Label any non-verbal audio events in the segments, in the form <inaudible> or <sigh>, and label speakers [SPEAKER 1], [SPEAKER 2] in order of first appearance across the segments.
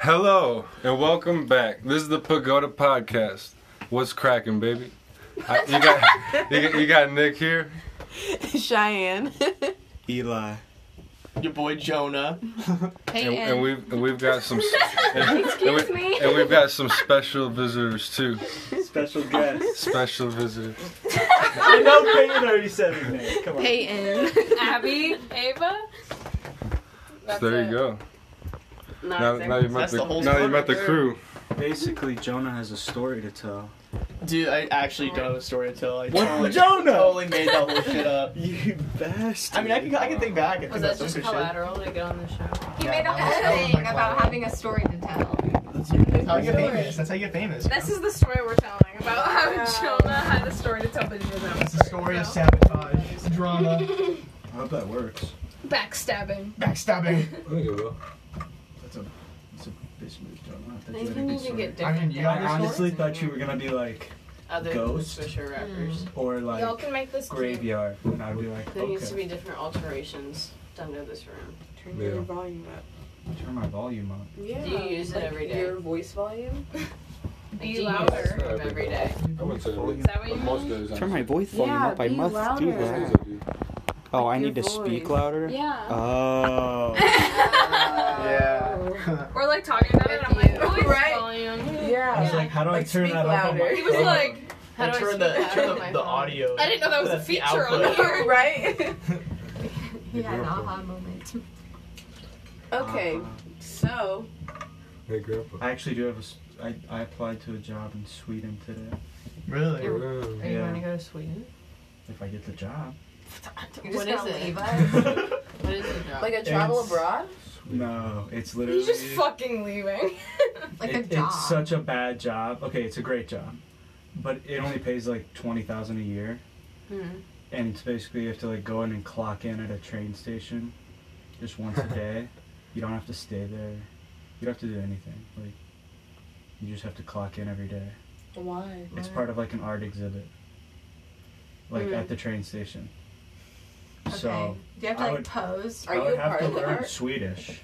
[SPEAKER 1] Hello and welcome back. This is the Pagoda Podcast. What's cracking, baby? I- you got you, got- you got Nick here.
[SPEAKER 2] Cheyenne.
[SPEAKER 3] Eli.
[SPEAKER 4] Your boy Jonah.
[SPEAKER 1] and, and we've and we've got some and,
[SPEAKER 5] Excuse
[SPEAKER 1] and we,
[SPEAKER 5] me.
[SPEAKER 1] and we've got some special visitors too.
[SPEAKER 3] Special
[SPEAKER 4] <laughs>
[SPEAKER 3] guest.
[SPEAKER 1] Special visitors.
[SPEAKER 3] I know Peyton already said her name. Come on.
[SPEAKER 2] Peyton.
[SPEAKER 5] Abby, Ava.
[SPEAKER 1] So
[SPEAKER 5] That's
[SPEAKER 1] there
[SPEAKER 5] it.
[SPEAKER 1] you go.
[SPEAKER 2] Not
[SPEAKER 1] Now,
[SPEAKER 2] exactly.
[SPEAKER 1] now you met
[SPEAKER 4] That's
[SPEAKER 1] the,
[SPEAKER 4] the whole
[SPEAKER 1] now you
[SPEAKER 4] story
[SPEAKER 1] met the
[SPEAKER 4] right
[SPEAKER 1] crew.
[SPEAKER 3] Basically, Jonah has a story to tell.
[SPEAKER 4] Dude, I actually don't have a story to tell. I
[SPEAKER 3] What?
[SPEAKER 4] totally,
[SPEAKER 3] Jonah!
[SPEAKER 4] totally made that whole shit up.
[SPEAKER 3] You bastard.
[SPEAKER 4] I mean, I can, I can think back and think
[SPEAKER 2] Was
[SPEAKER 4] about
[SPEAKER 2] that
[SPEAKER 4] some
[SPEAKER 2] just
[SPEAKER 4] good shit.
[SPEAKER 2] collateral to get on the show?
[SPEAKER 6] He
[SPEAKER 4] Yeah,
[SPEAKER 6] made a
[SPEAKER 4] that was-
[SPEAKER 6] whole
[SPEAKER 4] that was Oh my
[SPEAKER 6] thing
[SPEAKER 4] plan.
[SPEAKER 6] about having a story to tell.
[SPEAKER 4] That's how you get
[SPEAKER 6] Story.
[SPEAKER 4] famous. That's how you get famous. bro.
[SPEAKER 6] This is the story we're telling about how Jonah had a story to tell, but he doesn't have a
[SPEAKER 4] It's the
[SPEAKER 6] story.
[SPEAKER 4] story
[SPEAKER 6] to
[SPEAKER 4] of
[SPEAKER 6] tell.
[SPEAKER 4] sabotage, drama,
[SPEAKER 3] I hope that works.
[SPEAKER 6] Backstabbing. <laughs>
[SPEAKER 4] backstabbing.
[SPEAKER 3] That's a, that's a bitch move, Jonah. I thought
[SPEAKER 2] They
[SPEAKER 3] had a
[SPEAKER 2] can
[SPEAKER 3] good
[SPEAKER 2] even
[SPEAKER 3] story.
[SPEAKER 2] get
[SPEAKER 4] I mean,
[SPEAKER 2] different.
[SPEAKER 4] you
[SPEAKER 3] I
[SPEAKER 4] got
[SPEAKER 2] characters
[SPEAKER 3] honestly
[SPEAKER 2] in
[SPEAKER 3] thought you
[SPEAKER 2] there.
[SPEAKER 3] were gonna be like,
[SPEAKER 2] other
[SPEAKER 3] Ghost?
[SPEAKER 2] Fisher rappers.
[SPEAKER 3] or
[SPEAKER 6] Y'all
[SPEAKER 3] like
[SPEAKER 6] can make this.
[SPEAKER 3] graveyard, and I'd be like,
[SPEAKER 2] Mm. There needs to
[SPEAKER 3] okay,
[SPEAKER 2] be different alterations done to this room.
[SPEAKER 7] Turn
[SPEAKER 1] Yeah.
[SPEAKER 7] your volume up.
[SPEAKER 3] turn my volume up.
[SPEAKER 7] Yeah.
[SPEAKER 2] Do you use it every day?
[SPEAKER 7] Your voice volume?
[SPEAKER 2] Like,
[SPEAKER 6] Be
[SPEAKER 2] do you use
[SPEAKER 6] louder.
[SPEAKER 2] this room every day.
[SPEAKER 1] I wouldn't say
[SPEAKER 6] Is that what you mean?
[SPEAKER 8] Turn my voice volume
[SPEAKER 7] Yeah,
[SPEAKER 8] up. I
[SPEAKER 7] be
[SPEAKER 8] must do
[SPEAKER 7] louder.
[SPEAKER 8] that. Oh,
[SPEAKER 7] Like
[SPEAKER 8] I
[SPEAKER 7] your
[SPEAKER 8] need to speak
[SPEAKER 7] voice.
[SPEAKER 8] louder.
[SPEAKER 6] Yeah.
[SPEAKER 8] Oh,
[SPEAKER 4] Yeah.
[SPEAKER 6] <laughs> We're like talking about it. I'm like,
[SPEAKER 7] With
[SPEAKER 6] voice
[SPEAKER 7] you. Right.
[SPEAKER 6] volume.
[SPEAKER 3] I was like, how do I
[SPEAKER 7] Like,
[SPEAKER 3] turn
[SPEAKER 7] speak
[SPEAKER 3] that up? on my
[SPEAKER 7] louder.
[SPEAKER 6] He was
[SPEAKER 3] phone?
[SPEAKER 6] like,
[SPEAKER 2] How do I
[SPEAKER 4] turn
[SPEAKER 2] speak
[SPEAKER 4] the,
[SPEAKER 2] that
[SPEAKER 4] turn
[SPEAKER 2] out
[SPEAKER 4] the,
[SPEAKER 2] of my
[SPEAKER 4] the
[SPEAKER 2] phone?
[SPEAKER 4] audio.
[SPEAKER 6] Oh I didn't know that was a
[SPEAKER 4] That's the
[SPEAKER 6] feature on
[SPEAKER 4] output.
[SPEAKER 6] here.
[SPEAKER 7] <laughs> right? <laughs>
[SPEAKER 6] He had an aha moment.
[SPEAKER 7] okay,
[SPEAKER 3] Oh, Um,
[SPEAKER 7] so
[SPEAKER 1] Hey, Grandpa.
[SPEAKER 3] I actually do have a. s- I, I applied to a job in Sweden today.
[SPEAKER 4] Really?
[SPEAKER 2] Are you
[SPEAKER 3] Yeah.
[SPEAKER 2] going to go to Sweden?
[SPEAKER 3] If I get the job.
[SPEAKER 2] What is it? <laughs> What is it? Like,
[SPEAKER 7] like a travel
[SPEAKER 3] It's-
[SPEAKER 7] abroad?
[SPEAKER 3] <laughs> No, it's literally.
[SPEAKER 6] He's just fucking leaving.
[SPEAKER 7] Like a
[SPEAKER 3] It-
[SPEAKER 7] job.
[SPEAKER 3] It's such a bad job. Okay, it's a great job, but it only pays like twenty thousand a year,
[SPEAKER 2] hmm.
[SPEAKER 3] and it's basically you have to like go in and clock in at a train station, just once
[SPEAKER 7] <laughs>
[SPEAKER 3] a day. You don't have to stay there. You don't have to do anything. Like, you just have to clock in every day.
[SPEAKER 7] Why?
[SPEAKER 3] It's
[SPEAKER 2] Wow.
[SPEAKER 3] part of like an art exhibit, like
[SPEAKER 2] Mm.
[SPEAKER 7] Hmm.
[SPEAKER 3] at the train station. So
[SPEAKER 6] okay. Do you have to
[SPEAKER 3] I
[SPEAKER 6] like
[SPEAKER 3] would-
[SPEAKER 6] pose?
[SPEAKER 7] Are
[SPEAKER 3] I
[SPEAKER 7] you
[SPEAKER 3] would
[SPEAKER 7] a
[SPEAKER 3] have
[SPEAKER 7] part
[SPEAKER 3] to
[SPEAKER 7] of the
[SPEAKER 3] learn
[SPEAKER 7] art?
[SPEAKER 3] Swedish.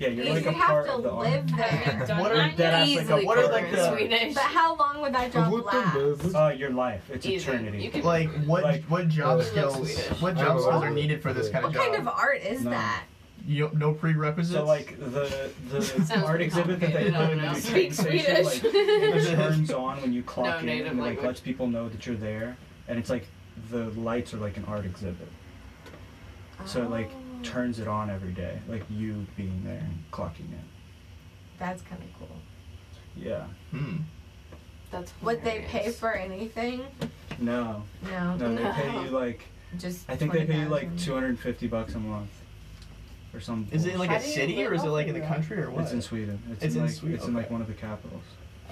[SPEAKER 3] Yeah, you're
[SPEAKER 6] You
[SPEAKER 3] like
[SPEAKER 6] would
[SPEAKER 3] a
[SPEAKER 6] have
[SPEAKER 3] part
[SPEAKER 6] to
[SPEAKER 3] of the art.
[SPEAKER 6] live
[SPEAKER 3] <laughs>
[SPEAKER 6] there.
[SPEAKER 2] Done
[SPEAKER 4] What are
[SPEAKER 6] that
[SPEAKER 3] Dead ass, like
[SPEAKER 7] easily
[SPEAKER 3] a
[SPEAKER 4] What are
[SPEAKER 3] part-
[SPEAKER 4] like the
[SPEAKER 2] Swedish.
[SPEAKER 6] But how long would that job last?
[SPEAKER 3] Uh, your life. It's
[SPEAKER 2] Easy.
[SPEAKER 3] eternity.
[SPEAKER 2] You can
[SPEAKER 4] like what
[SPEAKER 3] Like-
[SPEAKER 4] what job
[SPEAKER 1] Like
[SPEAKER 4] skills
[SPEAKER 2] Swedish.
[SPEAKER 4] what
[SPEAKER 1] I
[SPEAKER 4] job
[SPEAKER 1] don't
[SPEAKER 4] skills
[SPEAKER 1] know.
[SPEAKER 4] are needed for this kind of
[SPEAKER 6] What
[SPEAKER 4] job?
[SPEAKER 6] kind of art is
[SPEAKER 3] No.
[SPEAKER 6] that?
[SPEAKER 4] you don't- no prerequisites.
[SPEAKER 3] So
[SPEAKER 6] <laughs>
[SPEAKER 3] like the the
[SPEAKER 2] <laughs> Sounds
[SPEAKER 3] art
[SPEAKER 2] pretty
[SPEAKER 3] exhibit that they
[SPEAKER 2] complicated,
[SPEAKER 3] put
[SPEAKER 2] I
[SPEAKER 3] in
[SPEAKER 2] don't know.
[SPEAKER 3] the
[SPEAKER 2] Speak
[SPEAKER 3] train station like <laughs> it turns on when you clock in
[SPEAKER 2] native
[SPEAKER 3] and it, like
[SPEAKER 2] language.
[SPEAKER 3] lets people know that you're there, and it's like the lights are like an art exhibit. So it like
[SPEAKER 2] Oh.
[SPEAKER 3] turns it on every day, like you being there and clocking in.
[SPEAKER 6] That's kind of cool.
[SPEAKER 3] Yeah.
[SPEAKER 4] Hmm.
[SPEAKER 2] That's
[SPEAKER 6] Would they pay
[SPEAKER 2] hilarious.
[SPEAKER 6] for anything?
[SPEAKER 3] No,
[SPEAKER 6] No.
[SPEAKER 3] no, they pay you like
[SPEAKER 6] Just.
[SPEAKER 3] I think they pay you like
[SPEAKER 6] 20,000.
[SPEAKER 3] two hundred and fifty bucks a month, or something.
[SPEAKER 4] Is it in, like
[SPEAKER 7] How
[SPEAKER 4] a
[SPEAKER 7] do you
[SPEAKER 4] city
[SPEAKER 7] live
[SPEAKER 4] or is it
[SPEAKER 7] off
[SPEAKER 4] like
[SPEAKER 7] of
[SPEAKER 4] in the
[SPEAKER 7] that?
[SPEAKER 4] country or what?
[SPEAKER 3] It's in Sweden. It's,
[SPEAKER 4] It's
[SPEAKER 3] in,
[SPEAKER 4] in
[SPEAKER 3] like
[SPEAKER 4] Sweden,
[SPEAKER 3] it's in like
[SPEAKER 4] okay.
[SPEAKER 3] one of the capitals.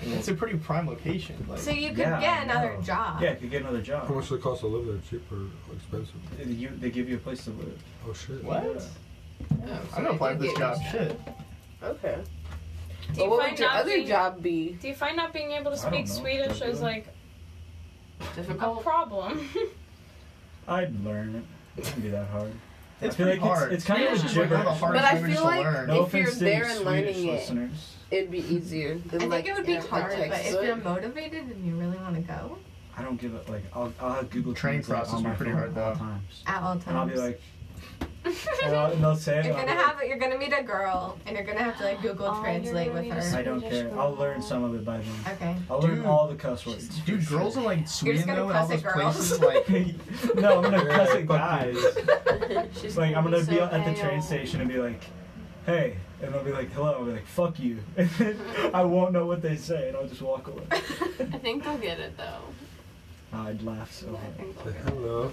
[SPEAKER 4] It's a pretty prime location. Like
[SPEAKER 6] So you could
[SPEAKER 3] Yeah,
[SPEAKER 6] get
[SPEAKER 3] I
[SPEAKER 6] another
[SPEAKER 3] know.
[SPEAKER 6] job.
[SPEAKER 3] Yeah, if you get another job,
[SPEAKER 9] How much does it cost to live there? Cheap or expensive?
[SPEAKER 3] you, they give you a place to live.
[SPEAKER 9] Oh shit.
[SPEAKER 4] what?
[SPEAKER 2] Oh, so
[SPEAKER 4] I'm gonna
[SPEAKER 2] they
[SPEAKER 4] apply
[SPEAKER 2] do
[SPEAKER 4] for this
[SPEAKER 2] get
[SPEAKER 4] job.
[SPEAKER 2] used to it.
[SPEAKER 4] Shit.
[SPEAKER 7] Okay.
[SPEAKER 6] Do
[SPEAKER 7] But
[SPEAKER 6] you
[SPEAKER 7] what
[SPEAKER 6] find
[SPEAKER 7] would your
[SPEAKER 6] not
[SPEAKER 7] other
[SPEAKER 6] being-
[SPEAKER 7] job be?
[SPEAKER 6] Do you find not being able to
[SPEAKER 3] I don't
[SPEAKER 6] speak
[SPEAKER 3] know.
[SPEAKER 6] Swedish
[SPEAKER 3] Don't
[SPEAKER 6] is
[SPEAKER 3] do it.
[SPEAKER 6] like a
[SPEAKER 2] Difficult.
[SPEAKER 6] problem? <laughs>
[SPEAKER 3] I'd learn it. It wouldn't be that hard.
[SPEAKER 4] It's
[SPEAKER 3] I feel
[SPEAKER 4] pretty
[SPEAKER 3] like
[SPEAKER 4] hard.
[SPEAKER 3] it's, it's kind
[SPEAKER 2] Yeah.
[SPEAKER 3] of
[SPEAKER 4] It's
[SPEAKER 3] just
[SPEAKER 4] like one of the
[SPEAKER 3] gibberish.
[SPEAKER 7] But
[SPEAKER 4] hardest
[SPEAKER 7] I
[SPEAKER 4] languages
[SPEAKER 7] feel
[SPEAKER 4] to
[SPEAKER 7] like
[SPEAKER 4] learn.
[SPEAKER 3] No
[SPEAKER 7] If you're
[SPEAKER 3] offense to
[SPEAKER 7] there
[SPEAKER 3] any
[SPEAKER 7] and
[SPEAKER 3] Swedish
[SPEAKER 7] learning it.
[SPEAKER 3] listeners.
[SPEAKER 7] It'd be easier. Than,
[SPEAKER 6] I think
[SPEAKER 7] like,
[SPEAKER 6] it would be
[SPEAKER 7] in a
[SPEAKER 6] hard, but
[SPEAKER 7] text
[SPEAKER 6] if you're
[SPEAKER 7] book.
[SPEAKER 6] motivated and you really want to go,
[SPEAKER 3] I don't give it like I'll I'll have Google
[SPEAKER 4] Training
[SPEAKER 3] Translate
[SPEAKER 4] process
[SPEAKER 3] on my
[SPEAKER 4] would be pretty
[SPEAKER 3] phone
[SPEAKER 4] hard,
[SPEAKER 3] at all
[SPEAKER 4] though.
[SPEAKER 3] times.
[SPEAKER 6] at all
[SPEAKER 3] And I'll
[SPEAKER 6] times.
[SPEAKER 3] be like, and, I'll, and they'll say it.
[SPEAKER 6] you're
[SPEAKER 3] and I'll
[SPEAKER 6] gonna
[SPEAKER 3] be like,
[SPEAKER 6] have you're gonna meet a girl and you're gonna have to like Google
[SPEAKER 2] Oh,
[SPEAKER 6] Translate
[SPEAKER 2] you're
[SPEAKER 6] with
[SPEAKER 2] gonna need
[SPEAKER 6] her.
[SPEAKER 3] I don't care. I'll learn some of it by then.
[SPEAKER 6] Okay.
[SPEAKER 3] I'll learn
[SPEAKER 4] Dude.
[SPEAKER 3] all the cuss words.
[SPEAKER 4] Dude, girls in like Sweden
[SPEAKER 6] gonna
[SPEAKER 4] though, and all
[SPEAKER 6] cuss
[SPEAKER 4] those
[SPEAKER 6] at girls.
[SPEAKER 4] places
[SPEAKER 3] <laughs>
[SPEAKER 4] like
[SPEAKER 3] no, I'm gonna cuss at guys.
[SPEAKER 2] She's
[SPEAKER 3] Like I'm gonna
[SPEAKER 2] so
[SPEAKER 3] be at the train
[SPEAKER 2] pale.
[SPEAKER 3] station and be like, hey, and they'll be like, hello. I'll be like, fuck you. <laughs> And then I won't know what they say, and I'll just walk away.
[SPEAKER 2] I think they'll get it though.
[SPEAKER 3] I'd laugh so
[SPEAKER 2] I
[SPEAKER 3] hard.
[SPEAKER 2] think they'll get it.
[SPEAKER 9] Hello.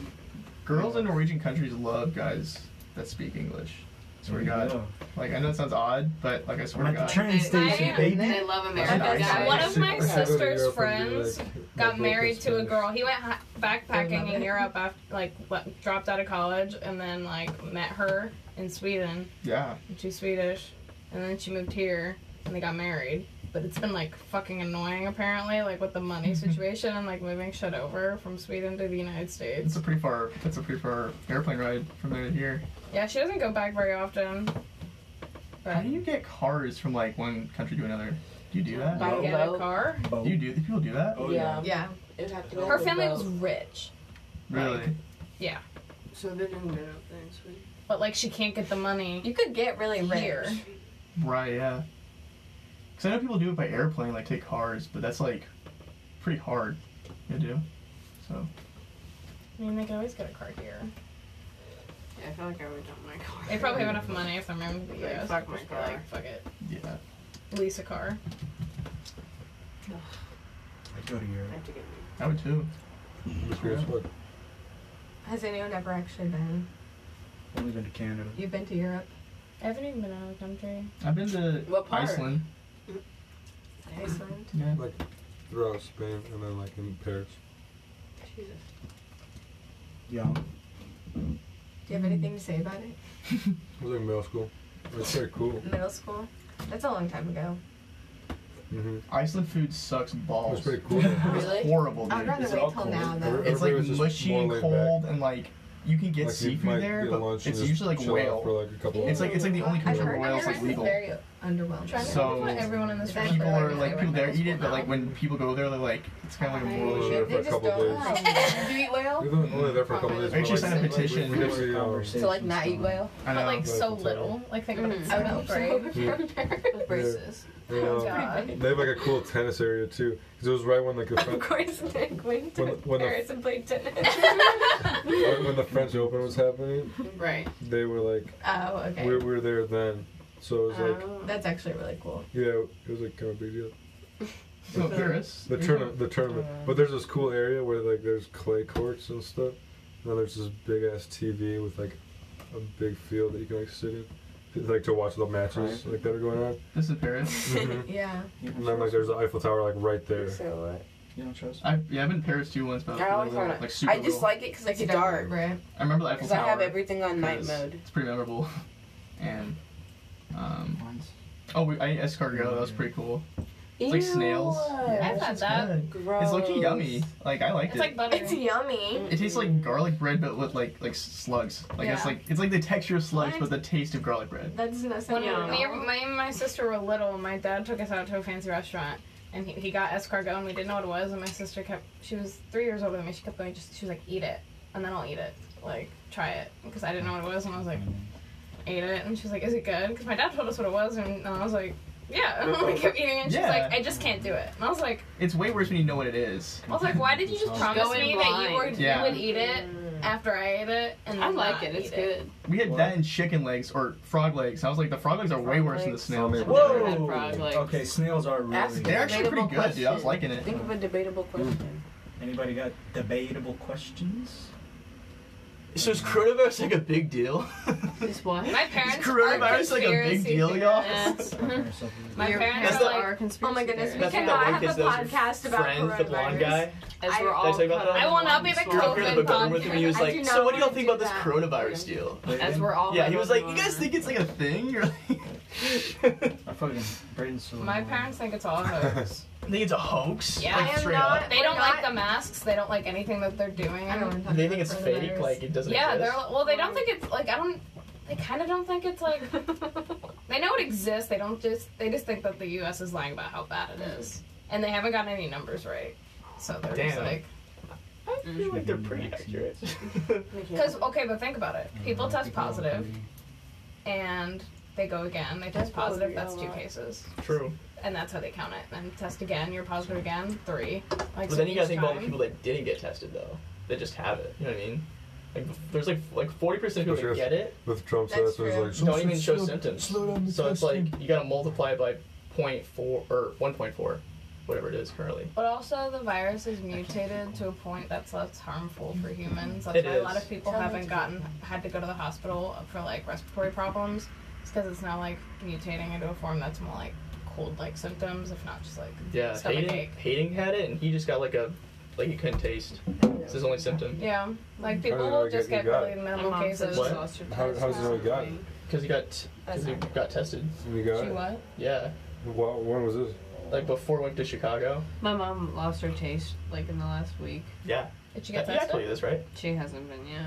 [SPEAKER 4] girls in Norwegian countries love guys that speak English. Swear to God.
[SPEAKER 3] Yeah.
[SPEAKER 4] Like I know it sounds odd, but like I
[SPEAKER 3] I'm
[SPEAKER 4] swear to
[SPEAKER 3] at the
[SPEAKER 4] God.
[SPEAKER 3] train station,
[SPEAKER 6] I-
[SPEAKER 3] baby.
[SPEAKER 2] They love American
[SPEAKER 4] Nice.
[SPEAKER 2] guys.
[SPEAKER 6] One of my
[SPEAKER 9] I go to
[SPEAKER 6] sister's
[SPEAKER 9] Europe and be
[SPEAKER 6] friends
[SPEAKER 9] like,
[SPEAKER 5] got
[SPEAKER 9] my
[SPEAKER 5] married
[SPEAKER 9] focus
[SPEAKER 5] to a
[SPEAKER 9] is-
[SPEAKER 5] girl. He went hi-
[SPEAKER 6] I love
[SPEAKER 9] <laughs>
[SPEAKER 5] backpacking in
[SPEAKER 6] it.
[SPEAKER 5] Europe after, like, le- dropped out of college and then, like, met her in Sweden.
[SPEAKER 4] Yeah.
[SPEAKER 5] And She's Swedish. And then she moved here and they got married. But it's been, like, fucking annoying, apparently, like, with
[SPEAKER 9] <laughs>
[SPEAKER 5] the money situation and, like, moving shit over from Sweden to the United
[SPEAKER 4] It's
[SPEAKER 5] States.
[SPEAKER 4] a pretty far that's a pretty far airplane ride from there to here.
[SPEAKER 5] Yeah, she doesn't go back very often. But
[SPEAKER 4] How do you get cars from like one country to another? Do you do that?
[SPEAKER 5] buy
[SPEAKER 7] Boat.
[SPEAKER 5] get a car.
[SPEAKER 3] Boat.
[SPEAKER 4] Do you do? Do people do that?
[SPEAKER 3] Oh
[SPEAKER 7] yeah.
[SPEAKER 2] Yeah.
[SPEAKER 7] It'd have to be
[SPEAKER 5] Her
[SPEAKER 7] like a
[SPEAKER 5] family was <laughs>
[SPEAKER 7] boat.
[SPEAKER 5] rich,
[SPEAKER 4] Really?
[SPEAKER 7] So they didn't get out there and swim.
[SPEAKER 5] but like she can't get the money
[SPEAKER 2] You could get really rich.
[SPEAKER 5] here.
[SPEAKER 4] Right. Yeah. Because I know people do it by airplane, like take cars, but that's like pretty hard to do. So
[SPEAKER 5] I mean, they can always get a car here.
[SPEAKER 7] Yeah, I feel like I would dump my car.
[SPEAKER 5] They probably have enough money if they're moving to the
[SPEAKER 7] Like,
[SPEAKER 5] US.
[SPEAKER 7] fuck my
[SPEAKER 5] Just be
[SPEAKER 7] car.
[SPEAKER 5] Like, fuck it.
[SPEAKER 4] yeah.
[SPEAKER 5] Lease a car.
[SPEAKER 3] I'd go to Europe.
[SPEAKER 7] I have to get me.
[SPEAKER 4] I would too.
[SPEAKER 9] Guess what?
[SPEAKER 2] Has anyone ever actually been?
[SPEAKER 3] Only been to Canada.
[SPEAKER 2] You've been to Europe?
[SPEAKER 5] I haven't even been out of the country.
[SPEAKER 4] I've been to
[SPEAKER 7] What part?
[SPEAKER 4] Iceland.
[SPEAKER 2] Iceland?
[SPEAKER 4] Yeah.
[SPEAKER 9] Like throughout Spain and then like in Paris.
[SPEAKER 7] Jesus.
[SPEAKER 3] Young.
[SPEAKER 2] Do you have anything to say about it?
[SPEAKER 9] I was in middle school. It's pretty cool.
[SPEAKER 2] Middle school? That's a long time ago.
[SPEAKER 9] Mm-hmm.
[SPEAKER 4] Iceland food sucks
[SPEAKER 9] It
[SPEAKER 4] balls.
[SPEAKER 9] was pretty cool. though.
[SPEAKER 4] It's
[SPEAKER 2] Really?
[SPEAKER 4] horrible, dude.
[SPEAKER 2] I'd rather
[SPEAKER 4] It's,
[SPEAKER 2] wait
[SPEAKER 9] all
[SPEAKER 2] till
[SPEAKER 9] cool.
[SPEAKER 2] now though.
[SPEAKER 9] Every-
[SPEAKER 4] it's like
[SPEAKER 9] Everybody was just
[SPEAKER 4] mushy
[SPEAKER 9] more
[SPEAKER 4] and
[SPEAKER 9] laid back.
[SPEAKER 4] cold, and like you can get
[SPEAKER 9] Like, you might
[SPEAKER 4] seafood there,
[SPEAKER 9] get
[SPEAKER 4] but
[SPEAKER 9] lunch and
[SPEAKER 4] it's
[SPEAKER 9] just
[SPEAKER 4] usually like
[SPEAKER 9] chill out For
[SPEAKER 4] whale.
[SPEAKER 9] like a couple
[SPEAKER 4] It's
[SPEAKER 9] hours.
[SPEAKER 4] like it's like the only
[SPEAKER 2] I've
[SPEAKER 4] country where
[SPEAKER 2] heard
[SPEAKER 4] whale is
[SPEAKER 2] Iceland
[SPEAKER 4] like
[SPEAKER 2] is
[SPEAKER 4] legal.
[SPEAKER 2] very
[SPEAKER 5] Trying
[SPEAKER 2] underwhelming.
[SPEAKER 5] to
[SPEAKER 4] So-
[SPEAKER 6] <laughs>
[SPEAKER 5] think what everyone in this
[SPEAKER 2] Exactly.
[SPEAKER 5] room
[SPEAKER 4] people
[SPEAKER 5] is
[SPEAKER 4] are
[SPEAKER 5] doing
[SPEAKER 4] like
[SPEAKER 5] right
[SPEAKER 4] people
[SPEAKER 5] now
[SPEAKER 4] there
[SPEAKER 5] in
[SPEAKER 4] eat
[SPEAKER 5] school
[SPEAKER 4] it, but like
[SPEAKER 5] now.
[SPEAKER 4] when people go there, they're like it's kind of like a
[SPEAKER 9] We
[SPEAKER 4] world
[SPEAKER 9] were
[SPEAKER 4] issue.
[SPEAKER 9] there
[SPEAKER 2] They
[SPEAKER 9] for a
[SPEAKER 2] just
[SPEAKER 9] couple
[SPEAKER 2] don't
[SPEAKER 9] days.
[SPEAKER 2] know. Do you eat whale?
[SPEAKER 9] We were only there for a couple days.
[SPEAKER 4] They actually
[SPEAKER 9] but,
[SPEAKER 4] signed a
[SPEAKER 9] like,
[SPEAKER 4] petition.
[SPEAKER 9] we did the, um,
[SPEAKER 3] Conversation.
[SPEAKER 7] So like not eat whale?
[SPEAKER 4] I
[SPEAKER 5] But
[SPEAKER 4] know.
[SPEAKER 5] like
[SPEAKER 9] But
[SPEAKER 5] so
[SPEAKER 9] it's a
[SPEAKER 5] little. Like think about
[SPEAKER 7] Mhm.
[SPEAKER 5] it.
[SPEAKER 7] I
[SPEAKER 5] I
[SPEAKER 7] would
[SPEAKER 5] know,
[SPEAKER 7] hope so.
[SPEAKER 5] right?
[SPEAKER 2] <laughs>
[SPEAKER 7] With braces.
[SPEAKER 9] you know, They have like a cool tennis area too, because it was right when like the
[SPEAKER 6] Of
[SPEAKER 9] French,
[SPEAKER 6] course, Nick went to
[SPEAKER 9] When the- when the-
[SPEAKER 6] Paris and
[SPEAKER 2] <laughs>
[SPEAKER 6] played tennis.
[SPEAKER 9] when when the French Open was happening,
[SPEAKER 2] Right.
[SPEAKER 9] they were like
[SPEAKER 2] Oh,
[SPEAKER 9] we,
[SPEAKER 2] okay. Oh.
[SPEAKER 9] we were there then, so it was like
[SPEAKER 2] That's actually really cool.
[SPEAKER 9] yeah, it was like kind of a big deal.
[SPEAKER 4] So Paris.
[SPEAKER 9] The tourna- the tournament, but there's this cool area where like there's clay courts and stuff, and then there's this big ass TV with like a big field that you can like sit in, like to watch the matches like that are going on,
[SPEAKER 4] This is Paris.
[SPEAKER 9] Mhm.
[SPEAKER 2] Yeah.
[SPEAKER 3] You
[SPEAKER 9] and then
[SPEAKER 3] don't
[SPEAKER 9] like
[SPEAKER 3] trust me.
[SPEAKER 9] there's the Eiffel Tower like right there.
[SPEAKER 7] So what?
[SPEAKER 3] You don't trust me.
[SPEAKER 4] I yeah, I've been to Paris too once, but
[SPEAKER 7] I
[SPEAKER 4] really
[SPEAKER 7] always
[SPEAKER 4] little,
[SPEAKER 7] want
[SPEAKER 4] like
[SPEAKER 7] to.
[SPEAKER 4] super
[SPEAKER 7] I just
[SPEAKER 4] little.
[SPEAKER 7] like it because it's dark.
[SPEAKER 2] Right.
[SPEAKER 4] I remember the Eiffel
[SPEAKER 7] Because I
[SPEAKER 4] Tower.
[SPEAKER 7] have everything on night
[SPEAKER 4] 'cause
[SPEAKER 7] mode.
[SPEAKER 4] It's pretty memorable, <laughs> and um
[SPEAKER 3] Once.
[SPEAKER 4] oh we, I ate escargot. That was pretty cool. It's like snails.
[SPEAKER 5] I've had that.
[SPEAKER 7] Gross.
[SPEAKER 4] It's looking yummy. Like I liked
[SPEAKER 5] It's
[SPEAKER 4] it.
[SPEAKER 5] like butter.
[SPEAKER 2] It's yummy.
[SPEAKER 4] it tastes like garlic bread, but with like like s- slugs. Like it's
[SPEAKER 5] Yeah.
[SPEAKER 4] like it's like the texture of slugs,
[SPEAKER 2] What?
[SPEAKER 4] but the taste of garlic bread.
[SPEAKER 2] That doesn't
[SPEAKER 5] When
[SPEAKER 2] sound
[SPEAKER 5] me,
[SPEAKER 2] yummy.
[SPEAKER 5] and- me and my sister were little, my dad took us out to a fancy restaurant, and he, he got escargot, and we didn't know what it was. And my sister kept, she was three years older than me. She kept going, just she was like, eat it, and then I'll eat it, like try it, because I didn't know what it was, and I was like, ate it, and she was like, is it good? Because my dad told us what it was, and I was like, yeah, <laughs> we kept eating, it, and she's
[SPEAKER 4] Yeah.
[SPEAKER 5] like, I just can't do it, and I was like,
[SPEAKER 4] It's way worse when you know what it is.
[SPEAKER 5] I was like, why did you just promise
[SPEAKER 2] Go in
[SPEAKER 5] me that you were
[SPEAKER 2] blind. Mm.
[SPEAKER 4] Yeah.
[SPEAKER 5] you would eat it after I ate it, and
[SPEAKER 6] Mm,
[SPEAKER 2] I like
[SPEAKER 5] not
[SPEAKER 2] it. It's
[SPEAKER 5] eat
[SPEAKER 2] good.
[SPEAKER 4] We had
[SPEAKER 3] What?
[SPEAKER 4] that and chicken legs or frog legs. I was like, the frog legs are way worse than the snails.
[SPEAKER 9] Frog
[SPEAKER 2] Never had frog legs.
[SPEAKER 3] Okay, snails are really.
[SPEAKER 7] Ask
[SPEAKER 4] They're
[SPEAKER 3] good.
[SPEAKER 4] actually pretty
[SPEAKER 7] Debatable
[SPEAKER 4] good, dude. I was
[SPEAKER 7] question.
[SPEAKER 4] liking it. Mm.
[SPEAKER 7] Think of a debatable question.
[SPEAKER 3] Anybody got debatable questions?
[SPEAKER 4] So is coronavirus like a big deal? <laughs>
[SPEAKER 2] It's what?
[SPEAKER 5] My parents
[SPEAKER 4] Is coronavirus,
[SPEAKER 5] are
[SPEAKER 4] like, a big
[SPEAKER 5] conspiracy
[SPEAKER 4] deal, y'all?
[SPEAKER 5] theorists.
[SPEAKER 3] Fucking yourself in the-
[SPEAKER 5] Mm-hmm. My parents
[SPEAKER 4] That's
[SPEAKER 5] are
[SPEAKER 4] the-
[SPEAKER 5] like,
[SPEAKER 2] Oh my goodness, we
[SPEAKER 10] That's what
[SPEAKER 2] cannot
[SPEAKER 10] that one
[SPEAKER 2] have
[SPEAKER 10] kid's
[SPEAKER 2] a
[SPEAKER 10] those
[SPEAKER 2] podcast about
[SPEAKER 10] friends,
[SPEAKER 2] coronavirus.
[SPEAKER 10] the blonde guy.
[SPEAKER 2] As we're
[SPEAKER 10] I
[SPEAKER 2] all
[SPEAKER 10] tell you about
[SPEAKER 2] cut
[SPEAKER 10] that?
[SPEAKER 2] up
[SPEAKER 5] I will
[SPEAKER 2] in
[SPEAKER 5] not
[SPEAKER 2] one
[SPEAKER 5] be
[SPEAKER 2] swamp.
[SPEAKER 5] the
[SPEAKER 10] Up here in the
[SPEAKER 5] COVID
[SPEAKER 10] book over with him, and he was
[SPEAKER 2] I do
[SPEAKER 10] like,
[SPEAKER 2] not
[SPEAKER 10] "So what do y'all
[SPEAKER 2] wanna
[SPEAKER 10] think
[SPEAKER 2] do
[SPEAKER 10] about this
[SPEAKER 2] that."
[SPEAKER 10] coronavirus deal?"
[SPEAKER 2] As we're
[SPEAKER 5] Oh,
[SPEAKER 2] all
[SPEAKER 10] Yeah,
[SPEAKER 2] cut
[SPEAKER 10] he was
[SPEAKER 2] up
[SPEAKER 10] like,
[SPEAKER 2] in
[SPEAKER 10] "You
[SPEAKER 2] one.
[SPEAKER 10] guys think it's like a thing?" <laughs> You're like,
[SPEAKER 5] <laughs>
[SPEAKER 3] I fucking Brayden's so
[SPEAKER 5] my
[SPEAKER 3] annoying.
[SPEAKER 5] parents think it's all
[SPEAKER 10] <laughs>
[SPEAKER 5] a hoax.
[SPEAKER 10] "I think it's a hoax."
[SPEAKER 5] Yeah.
[SPEAKER 10] like,
[SPEAKER 5] I
[SPEAKER 2] am
[SPEAKER 10] straight
[SPEAKER 2] not-
[SPEAKER 10] up.
[SPEAKER 5] They
[SPEAKER 2] We're
[SPEAKER 5] don't like
[SPEAKER 2] not-
[SPEAKER 5] the masks. They don't like anything that they're doing.
[SPEAKER 2] I don't wanna talk
[SPEAKER 10] They think
[SPEAKER 2] about
[SPEAKER 10] it's fake,
[SPEAKER 2] coronavirus.
[SPEAKER 10] like it doesn't
[SPEAKER 5] yeah, they're
[SPEAKER 10] exist.
[SPEAKER 5] well. They don't think it's like I don't. They kind of don't think it's
[SPEAKER 2] <laughs>
[SPEAKER 5] like they know it exists. They don't just. They just think that the U.S. is lying about how bad it is, and they haven't gotten any numbers right. So they're just
[SPEAKER 10] Damn.
[SPEAKER 5] like,
[SPEAKER 10] I feel like they're pretty
[SPEAKER 2] Mm.
[SPEAKER 10] accurate. <laughs>
[SPEAKER 5] because okay, but think about it. People
[SPEAKER 10] Mm-hmm.
[SPEAKER 3] Yeah,
[SPEAKER 5] test positive and they go again. They test positive.
[SPEAKER 7] probably a
[SPEAKER 5] That's two
[SPEAKER 7] lot.
[SPEAKER 5] cases.
[SPEAKER 10] True,
[SPEAKER 5] and that's how they count it. And test again, you're positive again, three. Like,
[SPEAKER 10] but then you gotta think about all the
[SPEAKER 5] time-
[SPEAKER 10] people that didn't get tested though. That just have it. You know what I mean? Like there's like like forty percent of people that
[SPEAKER 9] Yes.
[SPEAKER 10] get it
[SPEAKER 9] With Trump, so
[SPEAKER 2] That's
[SPEAKER 9] that's when it's
[SPEAKER 2] true.
[SPEAKER 9] like
[SPEAKER 10] don't even show
[SPEAKER 9] slow-
[SPEAKER 10] symptoms.
[SPEAKER 9] slow down the
[SPEAKER 10] So it's
[SPEAKER 9] testing.
[SPEAKER 10] like you gotta multiply it by 0.4 or one point four, whatever it is currently.
[SPEAKER 5] But also, the virus is mutated to a point that's less harmful for humans. That's
[SPEAKER 10] It
[SPEAKER 5] why a lot
[SPEAKER 10] is.
[SPEAKER 5] of people haven't gotten had to go to the hospital for like respiratory problems. It's because it's now like mutating into a form that's more like cold-like symptoms, if not just like
[SPEAKER 2] Mm-hmm.
[SPEAKER 10] Yeah,
[SPEAKER 5] stomach
[SPEAKER 10] Hayden,
[SPEAKER 5] ache.
[SPEAKER 10] Hayden had it, and he just got like a like he couldn't taste. It's his only symptom
[SPEAKER 5] Yeah, like people
[SPEAKER 9] did
[SPEAKER 5] will
[SPEAKER 9] I
[SPEAKER 5] just
[SPEAKER 9] get-
[SPEAKER 5] get
[SPEAKER 9] you got
[SPEAKER 5] really
[SPEAKER 2] My
[SPEAKER 5] minimal
[SPEAKER 2] mom said
[SPEAKER 5] cases.
[SPEAKER 2] she
[SPEAKER 10] What?
[SPEAKER 2] lost her
[SPEAKER 9] How,
[SPEAKER 2] taste
[SPEAKER 9] how's it really got?
[SPEAKER 10] because he got because he got tested.
[SPEAKER 9] You got
[SPEAKER 5] She
[SPEAKER 9] it?
[SPEAKER 5] what?
[SPEAKER 10] Yeah,
[SPEAKER 9] Wha- When was this?
[SPEAKER 10] like before we went to Chicago.
[SPEAKER 2] My mom lost her taste like in the last week.
[SPEAKER 10] Yeah,
[SPEAKER 5] Did she get
[SPEAKER 10] I think I
[SPEAKER 5] tested?
[SPEAKER 10] told you this right.
[SPEAKER 2] She hasn't been yet.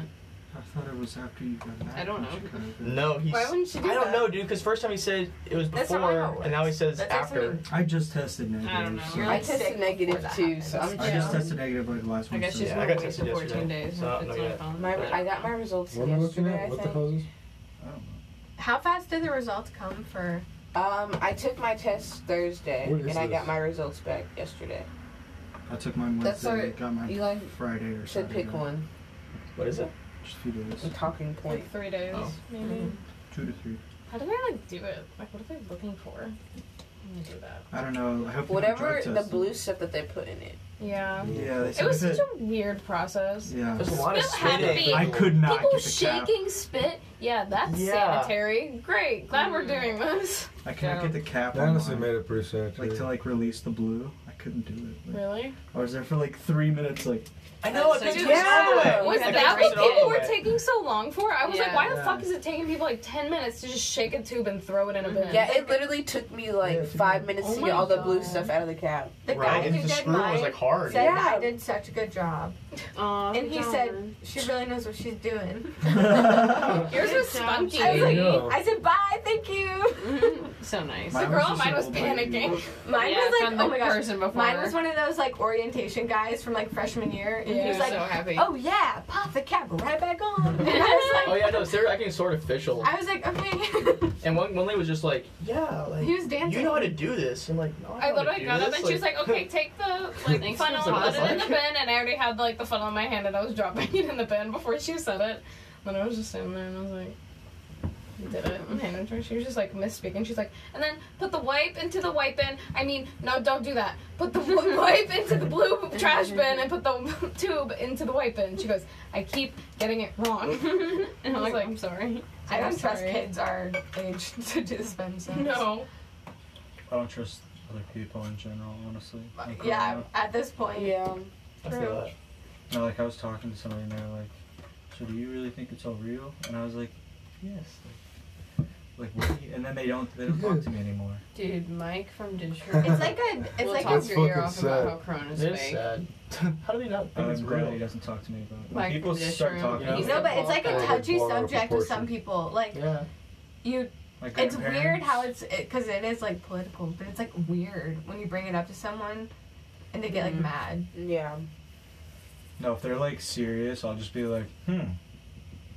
[SPEAKER 11] I thought it was after you got back.
[SPEAKER 5] I don't
[SPEAKER 11] that
[SPEAKER 5] know.
[SPEAKER 11] you kinda did it.
[SPEAKER 10] No, he's.
[SPEAKER 5] Why wouldn't she do
[SPEAKER 10] I don't
[SPEAKER 5] that?
[SPEAKER 10] know, dude. Because first time he said it was
[SPEAKER 5] That's not
[SPEAKER 10] before,
[SPEAKER 5] how it
[SPEAKER 10] and now he says
[SPEAKER 5] That's like
[SPEAKER 10] after.
[SPEAKER 11] I just tested negative.
[SPEAKER 5] I don't know.
[SPEAKER 11] so-
[SPEAKER 5] You're
[SPEAKER 7] I
[SPEAKER 5] like
[SPEAKER 7] tested
[SPEAKER 5] sick
[SPEAKER 7] negative
[SPEAKER 5] before
[SPEAKER 7] too,
[SPEAKER 5] that.
[SPEAKER 7] so I'm
[SPEAKER 11] I just
[SPEAKER 7] just.
[SPEAKER 11] tested negative like the last
[SPEAKER 5] I
[SPEAKER 11] one.
[SPEAKER 5] guess
[SPEAKER 11] so-
[SPEAKER 5] she's
[SPEAKER 10] Yeah, I
[SPEAKER 5] gonna
[SPEAKER 10] got
[SPEAKER 5] wait
[SPEAKER 10] tested
[SPEAKER 5] for 14
[SPEAKER 10] yesterday,
[SPEAKER 5] days.
[SPEAKER 10] so I
[SPEAKER 5] and
[SPEAKER 10] don't
[SPEAKER 5] It's
[SPEAKER 10] know
[SPEAKER 5] my
[SPEAKER 10] yet.
[SPEAKER 5] phone.
[SPEAKER 7] My,
[SPEAKER 5] but-
[SPEAKER 7] I got my results
[SPEAKER 9] What am I looking
[SPEAKER 7] yesterday,
[SPEAKER 9] at?
[SPEAKER 7] I
[SPEAKER 9] What the
[SPEAKER 7] think.
[SPEAKER 9] hell is this?
[SPEAKER 11] I don't know.
[SPEAKER 6] How fast did the results come for?
[SPEAKER 7] Um, I took my test Thursday,
[SPEAKER 9] What
[SPEAKER 7] and
[SPEAKER 9] is
[SPEAKER 7] I
[SPEAKER 9] this?
[SPEAKER 7] got my results back yesterday.
[SPEAKER 11] I took mine
[SPEAKER 7] That's
[SPEAKER 11] Wednesday.
[SPEAKER 7] alright.
[SPEAKER 11] Got mine
[SPEAKER 7] You like
[SPEAKER 11] Friday or
[SPEAKER 7] should
[SPEAKER 11] Saturday.
[SPEAKER 7] pick one.
[SPEAKER 10] What is it?
[SPEAKER 11] Just a few days.
[SPEAKER 7] A talking point.
[SPEAKER 5] Like three days,
[SPEAKER 10] Oh.
[SPEAKER 5] maybe.
[SPEAKER 2] Mm-hmm.
[SPEAKER 11] Two to three.
[SPEAKER 5] How do they like do it? Like, what are they looking for? when they do that.
[SPEAKER 11] I don't know. I hope people
[SPEAKER 7] Whatever
[SPEAKER 11] drug
[SPEAKER 7] the
[SPEAKER 11] tested.
[SPEAKER 7] blue stuff that they put in it.
[SPEAKER 5] Yeah.
[SPEAKER 11] Yeah, they
[SPEAKER 5] It
[SPEAKER 11] said
[SPEAKER 5] was
[SPEAKER 11] if
[SPEAKER 5] such a weird process.
[SPEAKER 11] Yeah.
[SPEAKER 10] There's a lot of
[SPEAKER 6] Still had to
[SPEAKER 10] spitting.
[SPEAKER 6] be-
[SPEAKER 11] I could not
[SPEAKER 6] People
[SPEAKER 11] get the cap.
[SPEAKER 6] shaking spit.
[SPEAKER 5] Yeah, that's
[SPEAKER 10] Yeah.
[SPEAKER 5] sanitary. Great. Glad we're doing this.
[SPEAKER 11] I cannot get the cap
[SPEAKER 9] That
[SPEAKER 11] on.
[SPEAKER 9] honestly made it pretty sad.
[SPEAKER 11] Like
[SPEAKER 9] too.
[SPEAKER 11] to like release the blue, I couldn't do it. Like,
[SPEAKER 5] Really?
[SPEAKER 11] I was there for like three minutes. Like
[SPEAKER 10] I know. I
[SPEAKER 2] So
[SPEAKER 10] think
[SPEAKER 2] you-
[SPEAKER 10] it was all the
[SPEAKER 5] Yeah.
[SPEAKER 10] way.
[SPEAKER 5] <laughs> Was
[SPEAKER 10] I think
[SPEAKER 5] that
[SPEAKER 10] it was
[SPEAKER 5] what
[SPEAKER 10] all the
[SPEAKER 5] people were
[SPEAKER 10] way.
[SPEAKER 5] taking so long for? I was like,
[SPEAKER 2] Yeah.
[SPEAKER 5] why the
[SPEAKER 11] Yeah.
[SPEAKER 5] fuck is it taking people like 10 minutes to just shake a tube and throw it in a bin?
[SPEAKER 7] Yeah, it literally took me like
[SPEAKER 11] Yeah, it took
[SPEAKER 7] five
[SPEAKER 11] me-
[SPEAKER 7] minutes
[SPEAKER 5] Oh
[SPEAKER 7] to
[SPEAKER 5] my
[SPEAKER 7] get all the blue
[SPEAKER 5] God.
[SPEAKER 7] stuff out of the cap.
[SPEAKER 6] The
[SPEAKER 10] Right,
[SPEAKER 6] guy
[SPEAKER 10] and
[SPEAKER 6] who
[SPEAKER 10] the
[SPEAKER 6] did
[SPEAKER 10] screw was
[SPEAKER 6] mine
[SPEAKER 10] like hard.
[SPEAKER 6] said that I
[SPEAKER 7] Yeah.
[SPEAKER 6] did such a good job,
[SPEAKER 2] Aw,
[SPEAKER 6] and he
[SPEAKER 2] John.
[SPEAKER 6] <laughs> said she really knows what
[SPEAKER 2] <laughs>
[SPEAKER 6] she's doing.
[SPEAKER 5] Yours was
[SPEAKER 2] Good job,
[SPEAKER 5] spunky.
[SPEAKER 6] I was like,
[SPEAKER 9] go.
[SPEAKER 6] I said bye, thank you.
[SPEAKER 2] <laughs> so nice.
[SPEAKER 11] <laughs>
[SPEAKER 5] The
[SPEAKER 11] Mine
[SPEAKER 5] girl
[SPEAKER 11] was just
[SPEAKER 5] on mine
[SPEAKER 11] an
[SPEAKER 5] was
[SPEAKER 11] old lady.
[SPEAKER 5] panicking.
[SPEAKER 6] Mine
[SPEAKER 2] Yeah,
[SPEAKER 6] was like,
[SPEAKER 2] from the
[SPEAKER 6] oh my gosh,
[SPEAKER 2] person before.
[SPEAKER 6] mine was one of those like orientation guys from like freshman year, and
[SPEAKER 5] Yeah.
[SPEAKER 6] he was like,
[SPEAKER 2] so
[SPEAKER 6] <laughs>
[SPEAKER 2] happy. <laughs>
[SPEAKER 6] oh yeah, pop the cap right back on. <laughs> And I was
[SPEAKER 4] <laughs>
[SPEAKER 6] like,
[SPEAKER 10] Oh yeah, no, so they were acting sort of official.
[SPEAKER 6] I was like, okay. <laughs>
[SPEAKER 10] And one, one lady was just like, yeah, like
[SPEAKER 6] he was dancing.
[SPEAKER 10] you know how to do this. I'm like, no, I,
[SPEAKER 5] I
[SPEAKER 10] don't know how to
[SPEAKER 5] literally
[SPEAKER 10] do
[SPEAKER 5] got up
[SPEAKER 10] this."
[SPEAKER 5] and she was like,
[SPEAKER 10] <laughs>
[SPEAKER 5] okay, take the like
[SPEAKER 10] Thanks.
[SPEAKER 5] funnel,
[SPEAKER 10] She was
[SPEAKER 5] put
[SPEAKER 10] like,
[SPEAKER 5] it in the
[SPEAKER 10] "What?"
[SPEAKER 5] bin, and I already had like the funnel in my hand and I was dropping <laughs> it in the bin before she said it. Then I was just sitting there and I was like, you did it. And handed it to her. She was just like misspeaking. She's like, and then put the wipe into the wipe bin. I mean, no, don't do that. Put the <laughs> w- wipe into the blue trash bin and put the <laughs> tube into the wipe bin. She goes, I keep getting it wrong. <laughs> And I was like, I'm sorry.
[SPEAKER 6] I
[SPEAKER 5] I'm
[SPEAKER 6] don't trust
[SPEAKER 5] sorry.
[SPEAKER 6] kids our age <laughs> to do this by themselves.
[SPEAKER 5] No.
[SPEAKER 3] I don't trust other people in general, honestly. Like, growing
[SPEAKER 6] Yeah,
[SPEAKER 3] up.
[SPEAKER 6] at this point.
[SPEAKER 7] Yeah.
[SPEAKER 10] I feel that.
[SPEAKER 3] No, like I was talking to somebody and they were like, "So do you really think it's all real?" And I was like, "Yes." Like, like what? do you-" And then they don't they don't talk to me anymore.
[SPEAKER 2] Dude, Mike from Detroit.
[SPEAKER 6] It's like a, it's
[SPEAKER 2] we'll
[SPEAKER 6] like
[SPEAKER 2] talk
[SPEAKER 6] a,
[SPEAKER 9] a-
[SPEAKER 2] your ear
[SPEAKER 9] Fucking
[SPEAKER 2] off
[SPEAKER 9] sad.
[SPEAKER 2] about how Corona's
[SPEAKER 10] It is
[SPEAKER 2] fake.
[SPEAKER 10] sad. <laughs> How do they not think
[SPEAKER 3] I'm
[SPEAKER 10] it's
[SPEAKER 3] glad he
[SPEAKER 10] real?
[SPEAKER 3] doesn't talk to me about it. When
[SPEAKER 5] Like,
[SPEAKER 3] people
[SPEAKER 5] this
[SPEAKER 3] start
[SPEAKER 5] room,
[SPEAKER 3] talking.
[SPEAKER 5] he's
[SPEAKER 3] about
[SPEAKER 6] no,
[SPEAKER 3] it,
[SPEAKER 6] but it's like
[SPEAKER 9] Or
[SPEAKER 6] a
[SPEAKER 9] like
[SPEAKER 6] touchy
[SPEAKER 9] blown out of
[SPEAKER 6] subject with
[SPEAKER 9] proportion.
[SPEAKER 6] some people. Like
[SPEAKER 10] Yeah.
[SPEAKER 6] you,
[SPEAKER 3] my
[SPEAKER 6] it's weird how
[SPEAKER 3] grandparents-
[SPEAKER 6] it's because it is like political, but it's like weird when you bring it up to someone, and they get like mad.
[SPEAKER 7] Yeah.
[SPEAKER 3] No, if they're like serious, I'll just be like, hmm,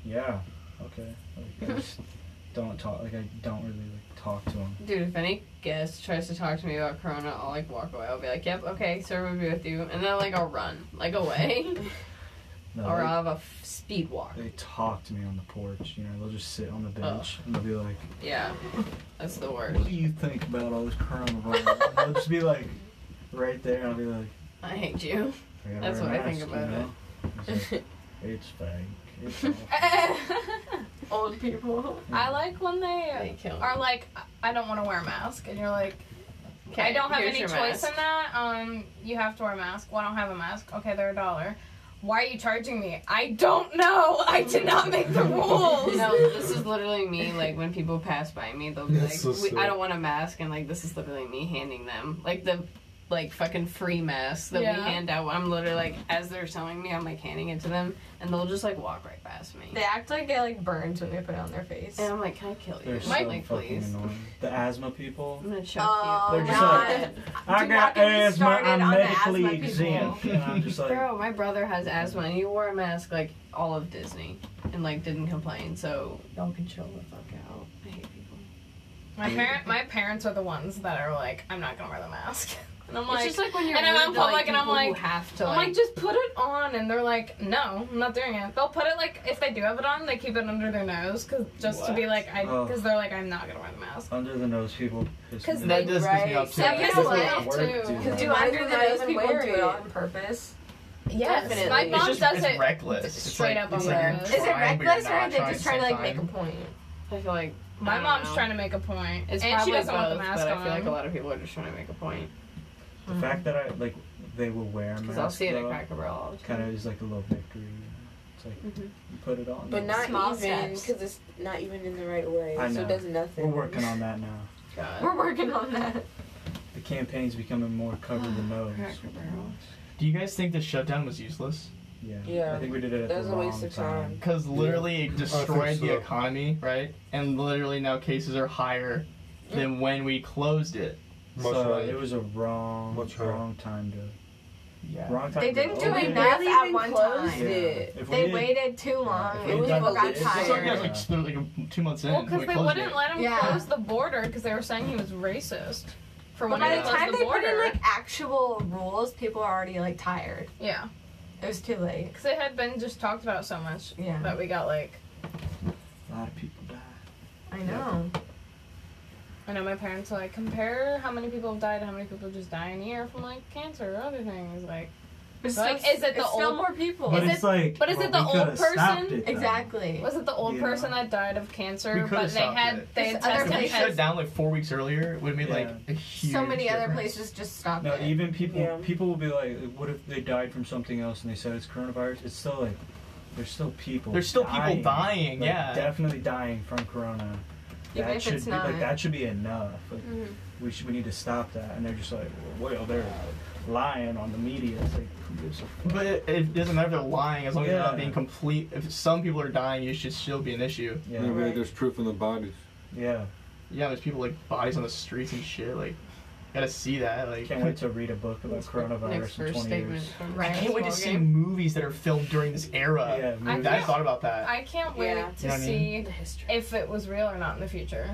[SPEAKER 3] yeah, okay. Like, I just don't talk. Like I don't really like talk to them.
[SPEAKER 2] Dude, if any guest tries to talk to me about Corona, I'll like walk away. I'll be like, yep, okay, sir, we'll be with you. And then like I'll run, like away.
[SPEAKER 3] No,
[SPEAKER 2] or um,
[SPEAKER 3] they,
[SPEAKER 2] I'll have a f- speed walk.
[SPEAKER 3] they talk to me on the porch. You know, they'll just sit on the
[SPEAKER 2] Oh.
[SPEAKER 3] bench and they'll be like,
[SPEAKER 2] Yeah. That's the worst.
[SPEAKER 3] "What do you think about all this coronavirus?" and they'll just be like, right there, and I'll be like,
[SPEAKER 2] I hate you.
[SPEAKER 3] I gotta
[SPEAKER 2] That's
[SPEAKER 3] wear a
[SPEAKER 2] what I think
[SPEAKER 3] mask,
[SPEAKER 2] about
[SPEAKER 3] you know? It's, like, it's fake. It's all
[SPEAKER 6] Old people.
[SPEAKER 5] I like when
[SPEAKER 2] They
[SPEAKER 5] they
[SPEAKER 2] kill me.
[SPEAKER 5] are like, "I- I don't want to wear a mask, and you're like,
[SPEAKER 2] Okay,
[SPEAKER 5] I don't have
[SPEAKER 2] here's
[SPEAKER 5] any
[SPEAKER 2] your
[SPEAKER 5] choice
[SPEAKER 2] mask.
[SPEAKER 5] in that. Um, you have to wear a mask. Well, I don't have a mask. Okay, they're a dollar. Why are you charging me? I don't know. I did not make the rules.
[SPEAKER 2] No, this is literally me. Like when people pass by me, they'll be like,
[SPEAKER 9] That's so
[SPEAKER 2] we, "I
[SPEAKER 9] sad.
[SPEAKER 2] don't want a mask," and like this is literally me handing them like the like fucking free mask that we
[SPEAKER 5] Yeah.
[SPEAKER 2] hand out. I'm literally like, as they're selling me, I'm like handing it to them, and they'll just like walk right past me.
[SPEAKER 6] They act like it like burns when they put it on their face.
[SPEAKER 2] And I'm like, "Can I kill you?"
[SPEAKER 3] They're so
[SPEAKER 2] like,
[SPEAKER 3] fucking
[SPEAKER 2] please.
[SPEAKER 3] annoying. The asthma people.
[SPEAKER 2] I'm gonna choke
[SPEAKER 6] Oh,
[SPEAKER 2] you.
[SPEAKER 3] They're just like- I
[SPEAKER 6] Do not
[SPEAKER 3] got
[SPEAKER 6] get me
[SPEAKER 3] asthma.
[SPEAKER 6] started
[SPEAKER 3] I'm
[SPEAKER 6] on the
[SPEAKER 3] medically
[SPEAKER 6] asthma people.
[SPEAKER 3] exempt. And I'm just like,
[SPEAKER 2] Bro, my brother has asthma, and he wore a mask like all of Disney, and like didn't complain. So y'all can chill the fuck out. I hate people.
[SPEAKER 5] My parent, my parents are the ones that are like, I'm not gonna wear the mask, <laughs> and I'm like,
[SPEAKER 2] it's just like when you're
[SPEAKER 5] and I'm
[SPEAKER 2] rude
[SPEAKER 5] in
[SPEAKER 2] to, like,
[SPEAKER 5] public and I'm
[SPEAKER 2] people who
[SPEAKER 5] like-
[SPEAKER 2] have to
[SPEAKER 5] I'm like, just put it on, and they're like, no, I'm not doing it. They'll put it like if they do have it on, they keep it under their nose, cause just to be
[SPEAKER 10] What?
[SPEAKER 5] like, I,
[SPEAKER 3] Oh.
[SPEAKER 5] because they're like, I'm not gonna wear the mask.
[SPEAKER 3] under the nose people. piss me
[SPEAKER 7] Cause
[SPEAKER 3] off.
[SPEAKER 10] That does piss me
[SPEAKER 7] Right.
[SPEAKER 10] off too.
[SPEAKER 5] That
[SPEAKER 10] That
[SPEAKER 5] pisses
[SPEAKER 10] does
[SPEAKER 5] me
[SPEAKER 10] not
[SPEAKER 5] off,
[SPEAKER 10] work,
[SPEAKER 5] too.
[SPEAKER 10] dude.
[SPEAKER 7] Cause
[SPEAKER 6] Do
[SPEAKER 7] Why
[SPEAKER 6] under
[SPEAKER 7] do
[SPEAKER 6] the
[SPEAKER 7] they
[SPEAKER 6] nose
[SPEAKER 7] even
[SPEAKER 6] people
[SPEAKER 7] wear
[SPEAKER 6] do
[SPEAKER 7] it?
[SPEAKER 6] it on purpose?
[SPEAKER 5] Yes,
[SPEAKER 7] Definitely.
[SPEAKER 5] my
[SPEAKER 7] It's
[SPEAKER 5] mom
[SPEAKER 10] just-
[SPEAKER 5] does
[SPEAKER 10] it's
[SPEAKER 5] it.
[SPEAKER 10] reckless.
[SPEAKER 5] It's
[SPEAKER 10] It's
[SPEAKER 5] straight
[SPEAKER 10] like-
[SPEAKER 5] up
[SPEAKER 10] it's
[SPEAKER 5] on
[SPEAKER 10] like
[SPEAKER 5] my
[SPEAKER 10] you're
[SPEAKER 6] Is
[SPEAKER 5] nose.
[SPEAKER 6] it
[SPEAKER 10] Trying, but you're
[SPEAKER 6] reckless or
[SPEAKER 10] not
[SPEAKER 6] are they
[SPEAKER 10] trying
[SPEAKER 6] just trying to like
[SPEAKER 10] sometimes.
[SPEAKER 6] make a point?
[SPEAKER 2] I feel like I
[SPEAKER 5] My
[SPEAKER 2] don't
[SPEAKER 5] mom's
[SPEAKER 2] know.
[SPEAKER 5] trying to make a point, and
[SPEAKER 2] It's
[SPEAKER 5] she
[SPEAKER 2] probably
[SPEAKER 5] doesn't want the
[SPEAKER 2] both,
[SPEAKER 5] mask
[SPEAKER 2] but
[SPEAKER 5] on.
[SPEAKER 2] I feel like a lot of people are just trying to make a point.
[SPEAKER 3] The fact that I like they will wear a
[SPEAKER 2] Because
[SPEAKER 3] mask.
[SPEAKER 2] I'll see it at Cracker Barrel all the time.
[SPEAKER 3] Kind of is like a little victory. you know? It's like you put it on.
[SPEAKER 7] But not
[SPEAKER 6] Small
[SPEAKER 7] even
[SPEAKER 6] steps.
[SPEAKER 7] because it's not even in the right way,
[SPEAKER 3] I
[SPEAKER 7] so
[SPEAKER 3] know.
[SPEAKER 7] it does
[SPEAKER 3] We're
[SPEAKER 7] nothing.
[SPEAKER 3] working on that now.
[SPEAKER 2] God.
[SPEAKER 6] We're working on that.
[SPEAKER 3] The campaign's becoming more cover the nose.
[SPEAKER 2] Cracker Barrel.
[SPEAKER 10] Do you guys think the shutdown was useless?
[SPEAKER 3] Yeah.
[SPEAKER 4] Yeah.
[SPEAKER 3] I think we did it at
[SPEAKER 4] That was
[SPEAKER 3] the
[SPEAKER 4] a
[SPEAKER 3] wrong
[SPEAKER 4] waste of
[SPEAKER 3] time.
[SPEAKER 4] Because
[SPEAKER 10] Oh,
[SPEAKER 4] literally it
[SPEAKER 3] I
[SPEAKER 4] destroyed
[SPEAKER 3] think
[SPEAKER 4] the
[SPEAKER 3] so.
[SPEAKER 4] economy, right? And literally now cases are higher than when we closed it.
[SPEAKER 3] So it was a wrong, wrong time to.
[SPEAKER 4] Yeah.
[SPEAKER 3] Wrong time.
[SPEAKER 6] They
[SPEAKER 3] to
[SPEAKER 6] didn't do
[SPEAKER 3] open
[SPEAKER 6] it
[SPEAKER 3] it.
[SPEAKER 6] enough
[SPEAKER 7] barely
[SPEAKER 6] at
[SPEAKER 7] even
[SPEAKER 6] one
[SPEAKER 7] closed
[SPEAKER 6] time.
[SPEAKER 7] it.
[SPEAKER 3] If we
[SPEAKER 6] They
[SPEAKER 3] did-
[SPEAKER 6] waited too long.
[SPEAKER 3] if
[SPEAKER 6] It
[SPEAKER 3] we
[SPEAKER 6] was
[SPEAKER 3] done
[SPEAKER 6] got
[SPEAKER 4] It's like,
[SPEAKER 6] tired.
[SPEAKER 4] yeah, it was like, like two months in.
[SPEAKER 5] Well, because
[SPEAKER 4] we
[SPEAKER 5] they
[SPEAKER 4] closed
[SPEAKER 5] wouldn't
[SPEAKER 4] it.
[SPEAKER 5] let him
[SPEAKER 6] Yeah.
[SPEAKER 5] close the border because they were saying he was racist for when
[SPEAKER 6] But by
[SPEAKER 5] he
[SPEAKER 6] the
[SPEAKER 5] closed
[SPEAKER 6] time
[SPEAKER 5] the
[SPEAKER 6] they put in
[SPEAKER 5] border.
[SPEAKER 6] like actual rules, people are already like tired.
[SPEAKER 5] yeah,
[SPEAKER 6] It was too late.
[SPEAKER 5] because it had been just talked about so much
[SPEAKER 6] Yeah.
[SPEAKER 5] that we got like
[SPEAKER 11] A lot of people died.
[SPEAKER 6] I know.
[SPEAKER 5] I know my parents like compare how many people have died, how many people just die in a year from like cancer or other things. Like,
[SPEAKER 6] It's
[SPEAKER 5] like
[SPEAKER 6] still-
[SPEAKER 5] is it the
[SPEAKER 6] it's
[SPEAKER 5] old
[SPEAKER 6] still more people.
[SPEAKER 11] But
[SPEAKER 5] Is
[SPEAKER 11] it's
[SPEAKER 5] it,
[SPEAKER 11] like,
[SPEAKER 5] but is
[SPEAKER 11] well,
[SPEAKER 5] it the
[SPEAKER 11] we
[SPEAKER 5] old
[SPEAKER 11] coulda stopped
[SPEAKER 5] person?
[SPEAKER 11] it then.
[SPEAKER 6] Exactly.
[SPEAKER 5] Was it the old
[SPEAKER 11] Yeah.
[SPEAKER 5] person that died of
[SPEAKER 4] We
[SPEAKER 5] cancer?
[SPEAKER 4] coulda
[SPEAKER 5] But they
[SPEAKER 4] stopped
[SPEAKER 5] had
[SPEAKER 4] it.
[SPEAKER 5] they
[SPEAKER 6] There's
[SPEAKER 5] had
[SPEAKER 6] other
[SPEAKER 5] tested
[SPEAKER 4] If we
[SPEAKER 6] places-
[SPEAKER 4] shut down like four weeks earlier, it would have made like
[SPEAKER 3] Yeah.
[SPEAKER 4] a huge
[SPEAKER 6] so many other
[SPEAKER 4] difference.
[SPEAKER 6] places just stopped
[SPEAKER 3] No,
[SPEAKER 6] it.
[SPEAKER 3] even people
[SPEAKER 7] Yeah.
[SPEAKER 3] people will be like, what if they died from something else and they said it's coronavirus? It's still like, there's still people.
[SPEAKER 4] There's still people dying,
[SPEAKER 3] Like,
[SPEAKER 4] yeah.
[SPEAKER 3] definitely dying from corona.
[SPEAKER 6] Even
[SPEAKER 3] that
[SPEAKER 6] if
[SPEAKER 3] should
[SPEAKER 6] it's
[SPEAKER 3] be
[SPEAKER 6] not-
[SPEAKER 3] like that should be enough. Like,
[SPEAKER 5] Mm-hmm.
[SPEAKER 3] We should we need to stop that. And they're just like, well, well, they're lying on the media. It's like, who gives a fuck?
[SPEAKER 4] But it, it doesn't matter if they're lying as long as they're
[SPEAKER 3] Yeah.
[SPEAKER 4] not being complete. If some people are dying, it should still be an issue.
[SPEAKER 3] Yeah,
[SPEAKER 1] Maybe there's proof in the bodies.
[SPEAKER 3] yeah.
[SPEAKER 4] Yeah, there's people like bodies on the streets and shit. Like, gotta see that. Like,
[SPEAKER 3] Can't wait to read a book about
[SPEAKER 2] Next
[SPEAKER 3] coronavirus in
[SPEAKER 2] first
[SPEAKER 3] 20
[SPEAKER 2] statement.
[SPEAKER 3] years.
[SPEAKER 2] from
[SPEAKER 4] I
[SPEAKER 6] Right.
[SPEAKER 4] can't wait to
[SPEAKER 2] Small
[SPEAKER 4] see
[SPEAKER 2] game.
[SPEAKER 4] movies that are filmed during this era.
[SPEAKER 3] Yeah,
[SPEAKER 4] I,
[SPEAKER 3] movies.
[SPEAKER 5] can't-
[SPEAKER 4] thought about that.
[SPEAKER 5] I can't wait
[SPEAKER 7] Yeah.
[SPEAKER 5] to
[SPEAKER 4] You know what I
[SPEAKER 5] see
[SPEAKER 4] mean?
[SPEAKER 7] The history.
[SPEAKER 5] if it was real or not in the future.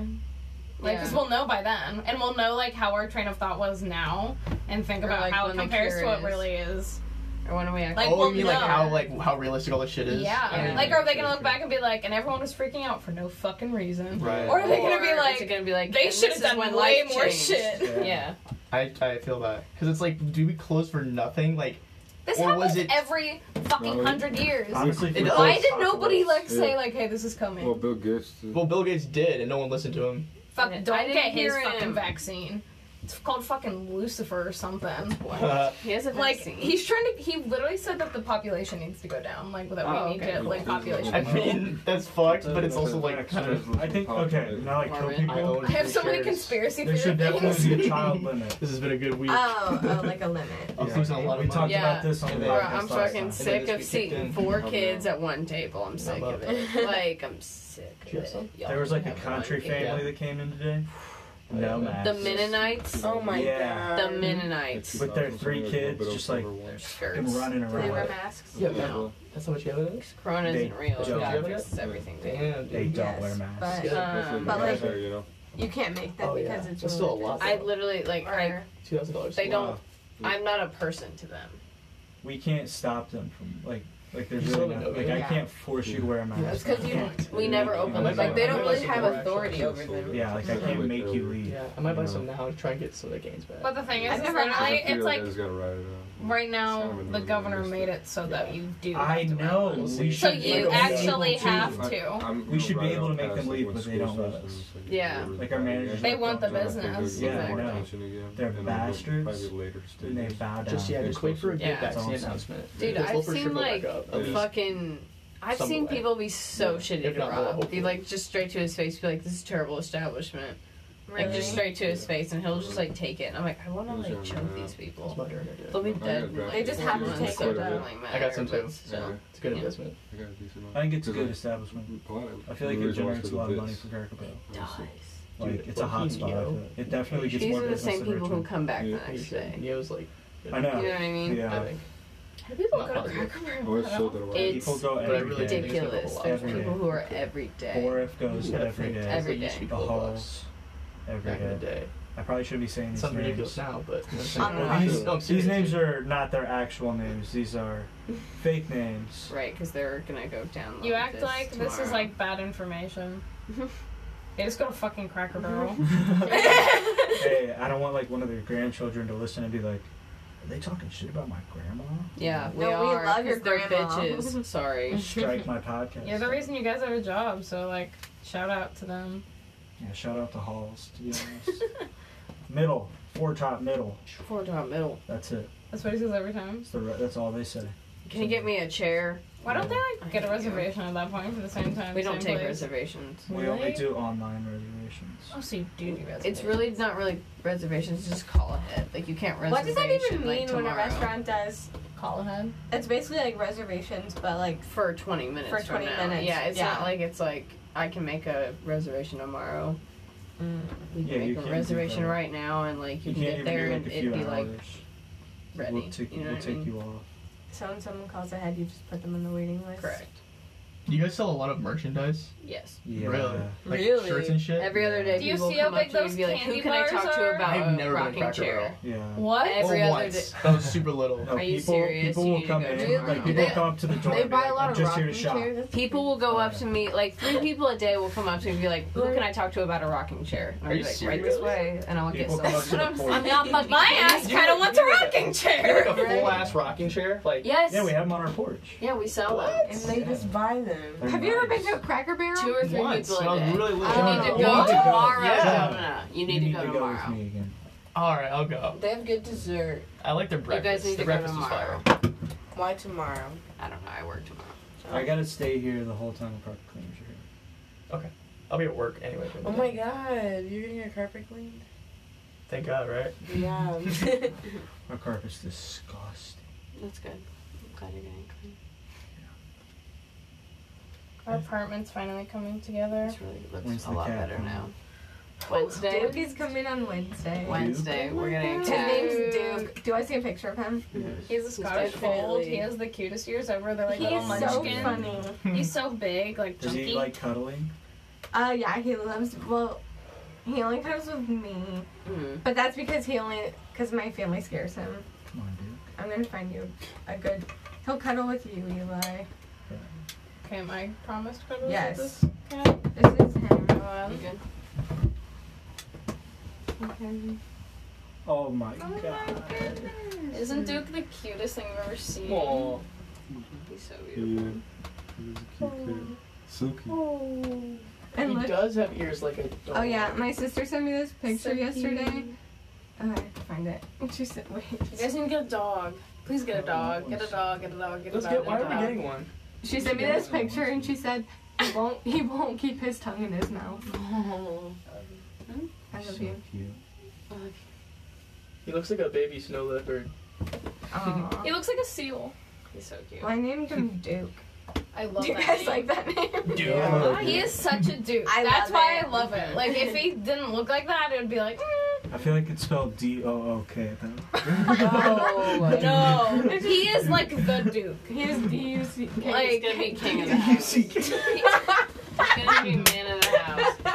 [SPEAKER 5] Like,
[SPEAKER 2] Yeah.
[SPEAKER 5] 'cause we'll know by then, and we'll know like how our train of thought was now, and think
[SPEAKER 2] Or,
[SPEAKER 5] about
[SPEAKER 2] like,
[SPEAKER 5] how it
[SPEAKER 2] when the
[SPEAKER 5] compares
[SPEAKER 2] cure
[SPEAKER 5] to what
[SPEAKER 2] is.
[SPEAKER 5] really is.
[SPEAKER 2] Or when are we actually?
[SPEAKER 5] Like,
[SPEAKER 4] oh,
[SPEAKER 5] we'll
[SPEAKER 4] you mean like
[SPEAKER 5] know.
[SPEAKER 4] how like how realistic all this shit is?
[SPEAKER 5] Yeah.
[SPEAKER 2] Yeah.
[SPEAKER 5] Like, are they
[SPEAKER 3] Yeah.
[SPEAKER 5] gonna look back and be like, and everyone was freaking out for no fucking reason?
[SPEAKER 4] Right.
[SPEAKER 5] Or are they gonna be
[SPEAKER 2] Or
[SPEAKER 5] like,
[SPEAKER 2] is it gonna be like
[SPEAKER 5] they
[SPEAKER 2] and
[SPEAKER 5] should
[SPEAKER 2] this
[SPEAKER 5] have
[SPEAKER 2] is
[SPEAKER 5] done
[SPEAKER 2] when
[SPEAKER 5] way
[SPEAKER 2] life
[SPEAKER 5] more
[SPEAKER 2] changed.
[SPEAKER 5] shit?
[SPEAKER 3] Yeah.
[SPEAKER 2] Yeah.
[SPEAKER 4] I, I feel that because it's like, do we close for nothing? Like,
[SPEAKER 5] This
[SPEAKER 4] Or was
[SPEAKER 5] happens
[SPEAKER 4] it-
[SPEAKER 5] every fucking
[SPEAKER 1] No, it-
[SPEAKER 5] hundred years.
[SPEAKER 3] Honestly,
[SPEAKER 4] It
[SPEAKER 3] for
[SPEAKER 4] does.
[SPEAKER 3] the
[SPEAKER 5] Why did nobody like
[SPEAKER 3] apocalypse,
[SPEAKER 5] say
[SPEAKER 1] Yeah.
[SPEAKER 5] like, hey, this is coming?
[SPEAKER 1] Well, Bill Gates. did.
[SPEAKER 4] well, Bill Gates did, and no one listened to him.
[SPEAKER 5] Fuck,
[SPEAKER 2] I
[SPEAKER 5] don't
[SPEAKER 2] didn't
[SPEAKER 5] get his
[SPEAKER 2] hear
[SPEAKER 5] fucking
[SPEAKER 2] him.
[SPEAKER 5] vaccine. It's called fucking Lucifer or something.
[SPEAKER 4] Uh,
[SPEAKER 2] He has a
[SPEAKER 5] Like
[SPEAKER 2] vaccine.
[SPEAKER 5] he's trying to. He literally said that the population needs to go down. Like that we
[SPEAKER 2] Oh,
[SPEAKER 5] need
[SPEAKER 2] okay.
[SPEAKER 5] to like population.
[SPEAKER 4] I mean, that's fucked, but it's also like kind of.
[SPEAKER 3] I think okay, now like kill
[SPEAKER 2] Morbid.
[SPEAKER 3] people.
[SPEAKER 4] I own
[SPEAKER 5] I have so many
[SPEAKER 4] shares.
[SPEAKER 5] conspiracy
[SPEAKER 3] There
[SPEAKER 5] theory <laughs>
[SPEAKER 3] should definitely
[SPEAKER 5] things.
[SPEAKER 3] be a child limit.
[SPEAKER 4] This has been a good week.
[SPEAKER 6] Oh, oh,
[SPEAKER 4] <laughs>
[SPEAKER 6] like a limit.
[SPEAKER 4] I was losing a lot of
[SPEAKER 3] we talked
[SPEAKER 4] money.
[SPEAKER 2] Yeah.
[SPEAKER 3] about this on the
[SPEAKER 4] Yeah.
[SPEAKER 2] Bro,
[SPEAKER 3] podcast.
[SPEAKER 2] I'm
[SPEAKER 3] last
[SPEAKER 2] fucking
[SPEAKER 3] time.
[SPEAKER 2] sick
[SPEAKER 4] this
[SPEAKER 2] of
[SPEAKER 4] we kicked
[SPEAKER 2] seeing
[SPEAKER 4] in.
[SPEAKER 2] four
[SPEAKER 4] How
[SPEAKER 2] kids at one table. I'm sick of it. <laughs> Like I'm sick of
[SPEAKER 4] you have some?
[SPEAKER 2] it. Y'all
[SPEAKER 3] There was like a
[SPEAKER 2] have
[SPEAKER 3] country
[SPEAKER 2] one kid.
[SPEAKER 3] family that came in today.
[SPEAKER 4] Yeah.
[SPEAKER 3] No
[SPEAKER 4] The
[SPEAKER 3] masks.
[SPEAKER 2] The Mennonites.
[SPEAKER 7] Oh my
[SPEAKER 3] Yeah.
[SPEAKER 2] The
[SPEAKER 7] god.
[SPEAKER 2] Mennonites.
[SPEAKER 3] With their three kids, just like- Fucking
[SPEAKER 2] Their skirts.
[SPEAKER 3] running
[SPEAKER 6] Do they wear
[SPEAKER 3] around.
[SPEAKER 6] masks?
[SPEAKER 4] Yeah,
[SPEAKER 2] No. Uh,
[SPEAKER 4] That's how much you have in it?
[SPEAKER 2] Corona
[SPEAKER 3] They
[SPEAKER 2] isn't real.
[SPEAKER 3] don't.
[SPEAKER 2] Yeah,
[SPEAKER 4] Yeah.
[SPEAKER 2] it's everything. Um,
[SPEAKER 4] Damn,
[SPEAKER 3] They
[SPEAKER 4] dude.
[SPEAKER 3] don't
[SPEAKER 6] Yes,
[SPEAKER 3] wear masks.
[SPEAKER 6] but-
[SPEAKER 4] Yeah.
[SPEAKER 6] but, like-
[SPEAKER 1] you know.
[SPEAKER 6] You can't make that
[SPEAKER 4] Oh, yeah.
[SPEAKER 6] because it's
[SPEAKER 4] That's still a lot.
[SPEAKER 6] religious.
[SPEAKER 2] I literally like I.
[SPEAKER 6] Or-
[SPEAKER 4] Two thousand dollars.
[SPEAKER 2] They don't.
[SPEAKER 3] Wow.
[SPEAKER 2] I'm not a person to them.
[SPEAKER 3] We can't stop them from like like there's
[SPEAKER 4] You
[SPEAKER 3] really
[SPEAKER 4] don't
[SPEAKER 3] no,
[SPEAKER 4] know,
[SPEAKER 3] like I
[SPEAKER 6] yeah.
[SPEAKER 3] can't force you to wear a mask.
[SPEAKER 2] It's because you.
[SPEAKER 3] Can't.
[SPEAKER 2] We never open.
[SPEAKER 4] might
[SPEAKER 2] Like
[SPEAKER 4] buy-
[SPEAKER 2] they
[SPEAKER 4] I
[SPEAKER 2] don't
[SPEAKER 4] might
[SPEAKER 2] really
[SPEAKER 4] buy some
[SPEAKER 2] have
[SPEAKER 4] more,
[SPEAKER 2] authority over them.
[SPEAKER 3] Yeah, like I can't make you leave.
[SPEAKER 4] Yeah, I might buy
[SPEAKER 1] Yeah.
[SPEAKER 4] some now to try and get some of the gains back.
[SPEAKER 5] But the thing
[SPEAKER 6] I've
[SPEAKER 5] is, is
[SPEAKER 6] never had
[SPEAKER 5] literally,
[SPEAKER 6] it.
[SPEAKER 5] it's like
[SPEAKER 1] gotta ride it out.
[SPEAKER 5] right
[SPEAKER 1] It's
[SPEAKER 5] now
[SPEAKER 1] kind of
[SPEAKER 5] the
[SPEAKER 1] annoying,
[SPEAKER 5] governor
[SPEAKER 1] isn't
[SPEAKER 5] made it so that you do.
[SPEAKER 3] I
[SPEAKER 5] have to wear
[SPEAKER 3] know.
[SPEAKER 5] one.
[SPEAKER 3] We
[SPEAKER 4] So
[SPEAKER 5] So
[SPEAKER 3] should be
[SPEAKER 5] you
[SPEAKER 3] able to
[SPEAKER 5] actually
[SPEAKER 3] do
[SPEAKER 5] have
[SPEAKER 3] it.
[SPEAKER 5] to.
[SPEAKER 1] I'm-
[SPEAKER 3] We should be
[SPEAKER 1] right
[SPEAKER 3] able to
[SPEAKER 1] on
[SPEAKER 3] make
[SPEAKER 1] past,
[SPEAKER 3] them
[SPEAKER 1] like,
[SPEAKER 3] leave,
[SPEAKER 1] when
[SPEAKER 3] but they
[SPEAKER 1] school
[SPEAKER 3] don't let
[SPEAKER 1] starts,
[SPEAKER 3] us.
[SPEAKER 1] it's
[SPEAKER 2] Yeah.
[SPEAKER 3] Like, our managers
[SPEAKER 5] They want the business.
[SPEAKER 3] Yeah, I know. They're bastards.
[SPEAKER 1] Later
[SPEAKER 3] And they bow down.
[SPEAKER 4] Just yeah, just wait for a good
[SPEAKER 2] Yeah.
[SPEAKER 4] vaccine
[SPEAKER 3] That's awesome.
[SPEAKER 4] announcement.
[SPEAKER 2] Dude,
[SPEAKER 4] Because
[SPEAKER 2] I've
[SPEAKER 4] we'll for sure
[SPEAKER 2] seen,
[SPEAKER 4] go back
[SPEAKER 2] like,
[SPEAKER 4] up.
[SPEAKER 1] a
[SPEAKER 4] At least-
[SPEAKER 2] Fucking. I've
[SPEAKER 4] Some
[SPEAKER 2] seen
[SPEAKER 4] way.
[SPEAKER 2] people be so
[SPEAKER 4] Yeah.
[SPEAKER 2] shitty
[SPEAKER 4] If
[SPEAKER 2] to
[SPEAKER 4] not more,
[SPEAKER 2] Rob. Be
[SPEAKER 4] hopefully.
[SPEAKER 2] like just straight to his face. Be like, "This is terrible establishment." Like
[SPEAKER 6] Really?
[SPEAKER 2] just straight to his face, and he'll just like take it. And I'm like, I want to
[SPEAKER 1] Those
[SPEAKER 2] like
[SPEAKER 1] are
[SPEAKER 2] choke
[SPEAKER 1] mad.
[SPEAKER 2] these
[SPEAKER 4] That's
[SPEAKER 2] people.
[SPEAKER 4] my turn, I did.
[SPEAKER 2] They'll be
[SPEAKER 1] I got
[SPEAKER 2] dead. in,
[SPEAKER 1] back
[SPEAKER 2] like,
[SPEAKER 1] They
[SPEAKER 6] just have to
[SPEAKER 2] months,
[SPEAKER 6] take
[SPEAKER 2] so it
[SPEAKER 6] them.
[SPEAKER 2] doesn't, like,
[SPEAKER 4] I got some
[SPEAKER 2] matter,
[SPEAKER 4] too.
[SPEAKER 2] but still.
[SPEAKER 4] It's a good
[SPEAKER 2] Yeah.
[SPEAKER 4] investment.
[SPEAKER 1] I got a decent amount.
[SPEAKER 3] I think it's a
[SPEAKER 1] There's,
[SPEAKER 3] good
[SPEAKER 1] like,
[SPEAKER 3] establishment.
[SPEAKER 1] a lot of-
[SPEAKER 3] I feel like it
[SPEAKER 1] Louis Walsh
[SPEAKER 3] generates
[SPEAKER 1] for
[SPEAKER 3] a
[SPEAKER 1] the
[SPEAKER 3] lot of
[SPEAKER 1] bits.
[SPEAKER 3] money for Garco Bell.
[SPEAKER 2] It does.
[SPEAKER 3] Like
[SPEAKER 4] Dude,
[SPEAKER 3] it's a hot
[SPEAKER 4] fucking
[SPEAKER 3] spot. I
[SPEAKER 4] Neo.
[SPEAKER 3] feel. It definitely gets
[SPEAKER 2] These
[SPEAKER 3] more
[SPEAKER 2] are the
[SPEAKER 3] business
[SPEAKER 2] same
[SPEAKER 3] than
[SPEAKER 2] people who
[SPEAKER 3] Richmond.
[SPEAKER 2] come back the
[SPEAKER 1] Yeah.
[SPEAKER 2] next day.
[SPEAKER 4] Neo's like.
[SPEAKER 3] I know.
[SPEAKER 2] You know what I mean?
[SPEAKER 3] Yeah.
[SPEAKER 4] I think.
[SPEAKER 5] How do people
[SPEAKER 4] Not
[SPEAKER 5] go to
[SPEAKER 4] positive.
[SPEAKER 5] Cracker Barrel?
[SPEAKER 1] I
[SPEAKER 3] Oh,
[SPEAKER 1] always showed that around.
[SPEAKER 2] It's
[SPEAKER 3] People go
[SPEAKER 4] But I
[SPEAKER 3] every
[SPEAKER 4] really
[SPEAKER 3] day.
[SPEAKER 4] think it's
[SPEAKER 2] ridiculous.
[SPEAKER 4] gonna
[SPEAKER 2] There's
[SPEAKER 3] Every
[SPEAKER 2] people
[SPEAKER 3] day.
[SPEAKER 2] who are every day.
[SPEAKER 3] Borif goes every day.
[SPEAKER 2] Every day.
[SPEAKER 4] Used to be
[SPEAKER 3] The
[SPEAKER 4] full of us
[SPEAKER 3] halls. Every
[SPEAKER 4] Back in the
[SPEAKER 3] day.
[SPEAKER 4] day.
[SPEAKER 3] I probably shouldn't be saying
[SPEAKER 4] It
[SPEAKER 3] these
[SPEAKER 4] sounds
[SPEAKER 3] names.
[SPEAKER 4] ridiculous now, but.
[SPEAKER 2] I don't
[SPEAKER 3] Well,
[SPEAKER 2] know.
[SPEAKER 3] these,
[SPEAKER 4] No, I'm
[SPEAKER 3] these
[SPEAKER 4] serious.
[SPEAKER 3] names are not their actual names. These
[SPEAKER 2] <laughs>
[SPEAKER 3] are fake names.
[SPEAKER 2] Right, because they're gonna go down.
[SPEAKER 5] You act like this is like bad <laughs> information. They just go to fucking Cracker Barrel.
[SPEAKER 3] <laughs> Hey, I don't want like one of their grandchildren to listen and be like, "Are they talking shit about my
[SPEAKER 2] <laughs>
[SPEAKER 3] grandma?"
[SPEAKER 2] Yeah, we
[SPEAKER 6] No, we
[SPEAKER 2] are.
[SPEAKER 6] love
[SPEAKER 2] 'cause
[SPEAKER 6] your
[SPEAKER 2] they're
[SPEAKER 6] grandma.
[SPEAKER 2] bitches.
[SPEAKER 6] <laughs>
[SPEAKER 2] Sorry.
[SPEAKER 3] Strike my podcast.
[SPEAKER 5] You're the reason you guys have a job, so like, shout out to them.
[SPEAKER 3] Yeah, shout out to Halls. To be
[SPEAKER 2] <laughs>
[SPEAKER 3] honest, middle four top middle.
[SPEAKER 2] Four top middle.
[SPEAKER 3] That's it.
[SPEAKER 5] That's what he says every time.
[SPEAKER 3] That's, the re- that's all they say.
[SPEAKER 2] Can you get me a chair?
[SPEAKER 5] Why don't they like get a
[SPEAKER 2] Yeah.
[SPEAKER 5] reservation at that point for the same time?
[SPEAKER 2] We don't
[SPEAKER 5] same
[SPEAKER 2] take
[SPEAKER 5] place?
[SPEAKER 2] reservations.
[SPEAKER 3] We only
[SPEAKER 5] Really?
[SPEAKER 3] do online reservations.
[SPEAKER 5] Oh, so you do do reservations.
[SPEAKER 2] It's really not really reservations. Just call ahead. Like you can't reserve.
[SPEAKER 6] What does that even mean
[SPEAKER 2] like,
[SPEAKER 6] when a
[SPEAKER 2] tomorrow.
[SPEAKER 6] restaurant does
[SPEAKER 5] call ahead.
[SPEAKER 6] It's basically like reservations, but like
[SPEAKER 2] for 20 minutes.
[SPEAKER 6] For
[SPEAKER 2] from
[SPEAKER 6] 20
[SPEAKER 2] now.
[SPEAKER 6] minutes.
[SPEAKER 2] Yeah, it's not like it's like I can make a reservation tomorrow.
[SPEAKER 6] Mm.
[SPEAKER 2] We can
[SPEAKER 3] Yeah, you
[SPEAKER 2] make
[SPEAKER 3] can't
[SPEAKER 2] a
[SPEAKER 3] do
[SPEAKER 2] reservation
[SPEAKER 3] that.
[SPEAKER 2] right now, and like you, can get there, and it'd be like ready.
[SPEAKER 3] We'll take,
[SPEAKER 2] you know
[SPEAKER 3] we'll
[SPEAKER 2] what I
[SPEAKER 3] take
[SPEAKER 2] mean?
[SPEAKER 3] you off.
[SPEAKER 6] so when someone calls ahead, you just put them on the waiting list.
[SPEAKER 2] Correct.
[SPEAKER 4] You guys sell a lot of merchandise.
[SPEAKER 2] Yes.
[SPEAKER 3] Yeah.
[SPEAKER 4] Really? Like
[SPEAKER 6] Really?
[SPEAKER 4] shirts and shit.
[SPEAKER 2] Every other day,
[SPEAKER 5] Do you
[SPEAKER 2] people
[SPEAKER 5] see
[SPEAKER 2] come
[SPEAKER 5] how
[SPEAKER 2] up
[SPEAKER 5] big
[SPEAKER 2] to me and
[SPEAKER 5] those
[SPEAKER 2] be like, "Who
[SPEAKER 5] candy
[SPEAKER 2] can I talk
[SPEAKER 5] bars
[SPEAKER 2] to
[SPEAKER 5] are?"
[SPEAKER 2] about
[SPEAKER 4] I've never
[SPEAKER 2] a
[SPEAKER 4] been to
[SPEAKER 2] rocking
[SPEAKER 4] Cracker
[SPEAKER 2] chair?"
[SPEAKER 3] Yeah.
[SPEAKER 5] What?
[SPEAKER 2] Every
[SPEAKER 4] Or
[SPEAKER 2] other
[SPEAKER 4] once.
[SPEAKER 2] day.
[SPEAKER 4] That was super little.
[SPEAKER 3] No,
[SPEAKER 2] Are you
[SPEAKER 3] people,
[SPEAKER 2] serious?
[SPEAKER 3] People
[SPEAKER 2] You
[SPEAKER 3] will
[SPEAKER 2] need to
[SPEAKER 3] come
[SPEAKER 2] go
[SPEAKER 3] in.
[SPEAKER 2] do it.
[SPEAKER 3] Like people
[SPEAKER 2] They-
[SPEAKER 3] will come up to the door.
[SPEAKER 6] They
[SPEAKER 3] and be
[SPEAKER 6] buy
[SPEAKER 3] like,
[SPEAKER 6] a lot
[SPEAKER 3] I'm
[SPEAKER 6] of
[SPEAKER 3] just here
[SPEAKER 6] rocking
[SPEAKER 3] to shop.
[SPEAKER 6] chairs.
[SPEAKER 2] People will go up to me, like three people a day will come up to me and be like, "Who can I talk to about a rocking chair?" And I'll
[SPEAKER 10] Are
[SPEAKER 2] be
[SPEAKER 10] you
[SPEAKER 2] like, "Right
[SPEAKER 10] serious?
[SPEAKER 2] this way," and I'll get
[SPEAKER 3] People come up to
[SPEAKER 2] some.
[SPEAKER 3] the
[SPEAKER 2] <laughs>
[SPEAKER 3] porch.
[SPEAKER 2] I'm not, but my ass
[SPEAKER 10] You-
[SPEAKER 2] kind of wants a
[SPEAKER 10] you-
[SPEAKER 2] rocking
[SPEAKER 10] You
[SPEAKER 2] <laughs> chair.
[SPEAKER 10] have like a
[SPEAKER 2] Right?
[SPEAKER 10] full ass rocking chair. Like
[SPEAKER 2] Yes.
[SPEAKER 3] Yeah, we have them on our porch.
[SPEAKER 2] Yeah, we sell
[SPEAKER 7] And
[SPEAKER 2] them.
[SPEAKER 7] they just buy them.
[SPEAKER 3] They're
[SPEAKER 6] Have you ever been
[SPEAKER 3] nice.
[SPEAKER 6] to a Cracker Barrel?
[SPEAKER 2] Two or three
[SPEAKER 10] once.
[SPEAKER 2] people
[SPEAKER 10] when I
[SPEAKER 2] a
[SPEAKER 10] was
[SPEAKER 2] day.
[SPEAKER 10] really little.
[SPEAKER 2] You need to
[SPEAKER 3] You
[SPEAKER 2] go
[SPEAKER 3] need to go.
[SPEAKER 2] tomorrow.
[SPEAKER 3] Yeah.
[SPEAKER 2] Jonah. You need to go
[SPEAKER 3] with
[SPEAKER 2] tomorrow.
[SPEAKER 3] me again.
[SPEAKER 10] All right, I'll go.
[SPEAKER 7] They have good dessert.
[SPEAKER 10] I like their
[SPEAKER 2] You guys
[SPEAKER 10] breakfast.
[SPEAKER 2] need
[SPEAKER 10] The
[SPEAKER 2] to go
[SPEAKER 10] breakfast was
[SPEAKER 2] tomorrow.
[SPEAKER 10] fire.
[SPEAKER 7] Why tomorrow?
[SPEAKER 2] I don't know. I work tomorrow.
[SPEAKER 3] I gotta stay here the whole time the carpet cleaners are here.
[SPEAKER 10] I'll be at work anyway.
[SPEAKER 7] Oh my god, you're getting your carpet cleaned?
[SPEAKER 10] Thank God, right?
[SPEAKER 7] <laughs>
[SPEAKER 2] <laughs>
[SPEAKER 7] Yeah.
[SPEAKER 3] Our carpet's disgusting.
[SPEAKER 2] That's good. I'm glad you're getting clean.
[SPEAKER 6] Oh.
[SPEAKER 5] Our apartment's finally coming together.
[SPEAKER 2] It's really looks
[SPEAKER 3] When's
[SPEAKER 2] a
[SPEAKER 3] the
[SPEAKER 2] lot
[SPEAKER 3] cat
[SPEAKER 2] better
[SPEAKER 3] coming?
[SPEAKER 2] now.
[SPEAKER 6] Duke
[SPEAKER 2] Wednesday.
[SPEAKER 6] is coming on Wednesday.
[SPEAKER 2] Wednesday. We're getting a
[SPEAKER 6] His
[SPEAKER 2] cat.
[SPEAKER 6] name's Duke. Do I see a picture of him?
[SPEAKER 5] He's a Scottish fold. He has the cutest ears ever. They're like
[SPEAKER 6] He's
[SPEAKER 5] little
[SPEAKER 6] so
[SPEAKER 5] munchkins.
[SPEAKER 6] funny.
[SPEAKER 5] <laughs> He's so big, like
[SPEAKER 3] Does
[SPEAKER 5] chunky.
[SPEAKER 3] he like cuddling?
[SPEAKER 6] Uh, yeah, he loves. Well, he only comes with me,
[SPEAKER 2] Mm.
[SPEAKER 6] but that's because he only because my family scares him.
[SPEAKER 3] Come on, Duke.
[SPEAKER 6] I'm gonna find you a good. He'll cuddle with you, Eli.
[SPEAKER 5] okay, am I promised to go to
[SPEAKER 6] Yes.
[SPEAKER 5] this cat?
[SPEAKER 6] This is him.
[SPEAKER 2] You
[SPEAKER 5] Um,
[SPEAKER 2] good?
[SPEAKER 3] Oh my
[SPEAKER 5] Oh my
[SPEAKER 3] god.
[SPEAKER 5] goodness. Isn't
[SPEAKER 6] Mm-hmm.
[SPEAKER 5] Duke the cutest thing you've ever seen?
[SPEAKER 10] Aw.
[SPEAKER 2] He's so
[SPEAKER 9] Yeah.
[SPEAKER 2] beautiful.
[SPEAKER 9] It is a cute kid. So cute.
[SPEAKER 10] he
[SPEAKER 6] And look-
[SPEAKER 10] does have ears like a.
[SPEAKER 6] Oh yeah, my sister sent me this picture
[SPEAKER 5] So cute.
[SPEAKER 6] yesterday. Oh, I have to find it. <laughs> She said, "Wait."
[SPEAKER 5] You guys need to get a dog. Please get a dog. Get a dog. Get a dog. Get
[SPEAKER 10] Oh,
[SPEAKER 5] a
[SPEAKER 10] Let's
[SPEAKER 5] dog.
[SPEAKER 10] get. Why
[SPEAKER 5] a
[SPEAKER 10] are we
[SPEAKER 5] dog.
[SPEAKER 10] getting one?
[SPEAKER 6] She sent me this picture, and she said, "He won't. He won't keep his tongue in his mouth." I
[SPEAKER 3] So
[SPEAKER 6] love you.
[SPEAKER 3] cute.
[SPEAKER 10] He looks like a baby snow leopard.
[SPEAKER 6] Aw.
[SPEAKER 5] He looks like a seal. He's so cute.
[SPEAKER 6] Well, I named him Duke.
[SPEAKER 5] I love
[SPEAKER 6] Do you
[SPEAKER 5] that
[SPEAKER 6] guys
[SPEAKER 5] name.
[SPEAKER 6] like that name? <laughs>
[SPEAKER 10] Dude.
[SPEAKER 2] <laughs>
[SPEAKER 5] He is such a dude.
[SPEAKER 6] I
[SPEAKER 5] That's
[SPEAKER 6] love
[SPEAKER 5] why
[SPEAKER 6] it.
[SPEAKER 5] I love it. Like if he didn't look like that, it would be like mm,
[SPEAKER 3] I feel like it's spelled D O O K. <laughs>
[SPEAKER 2] Oh,
[SPEAKER 5] no. He is like the Duke.
[SPEAKER 6] He is D-U-C.
[SPEAKER 2] Like, he's gonna be king <laughs> of the house. He's gonna be man of the house.
[SPEAKER 6] I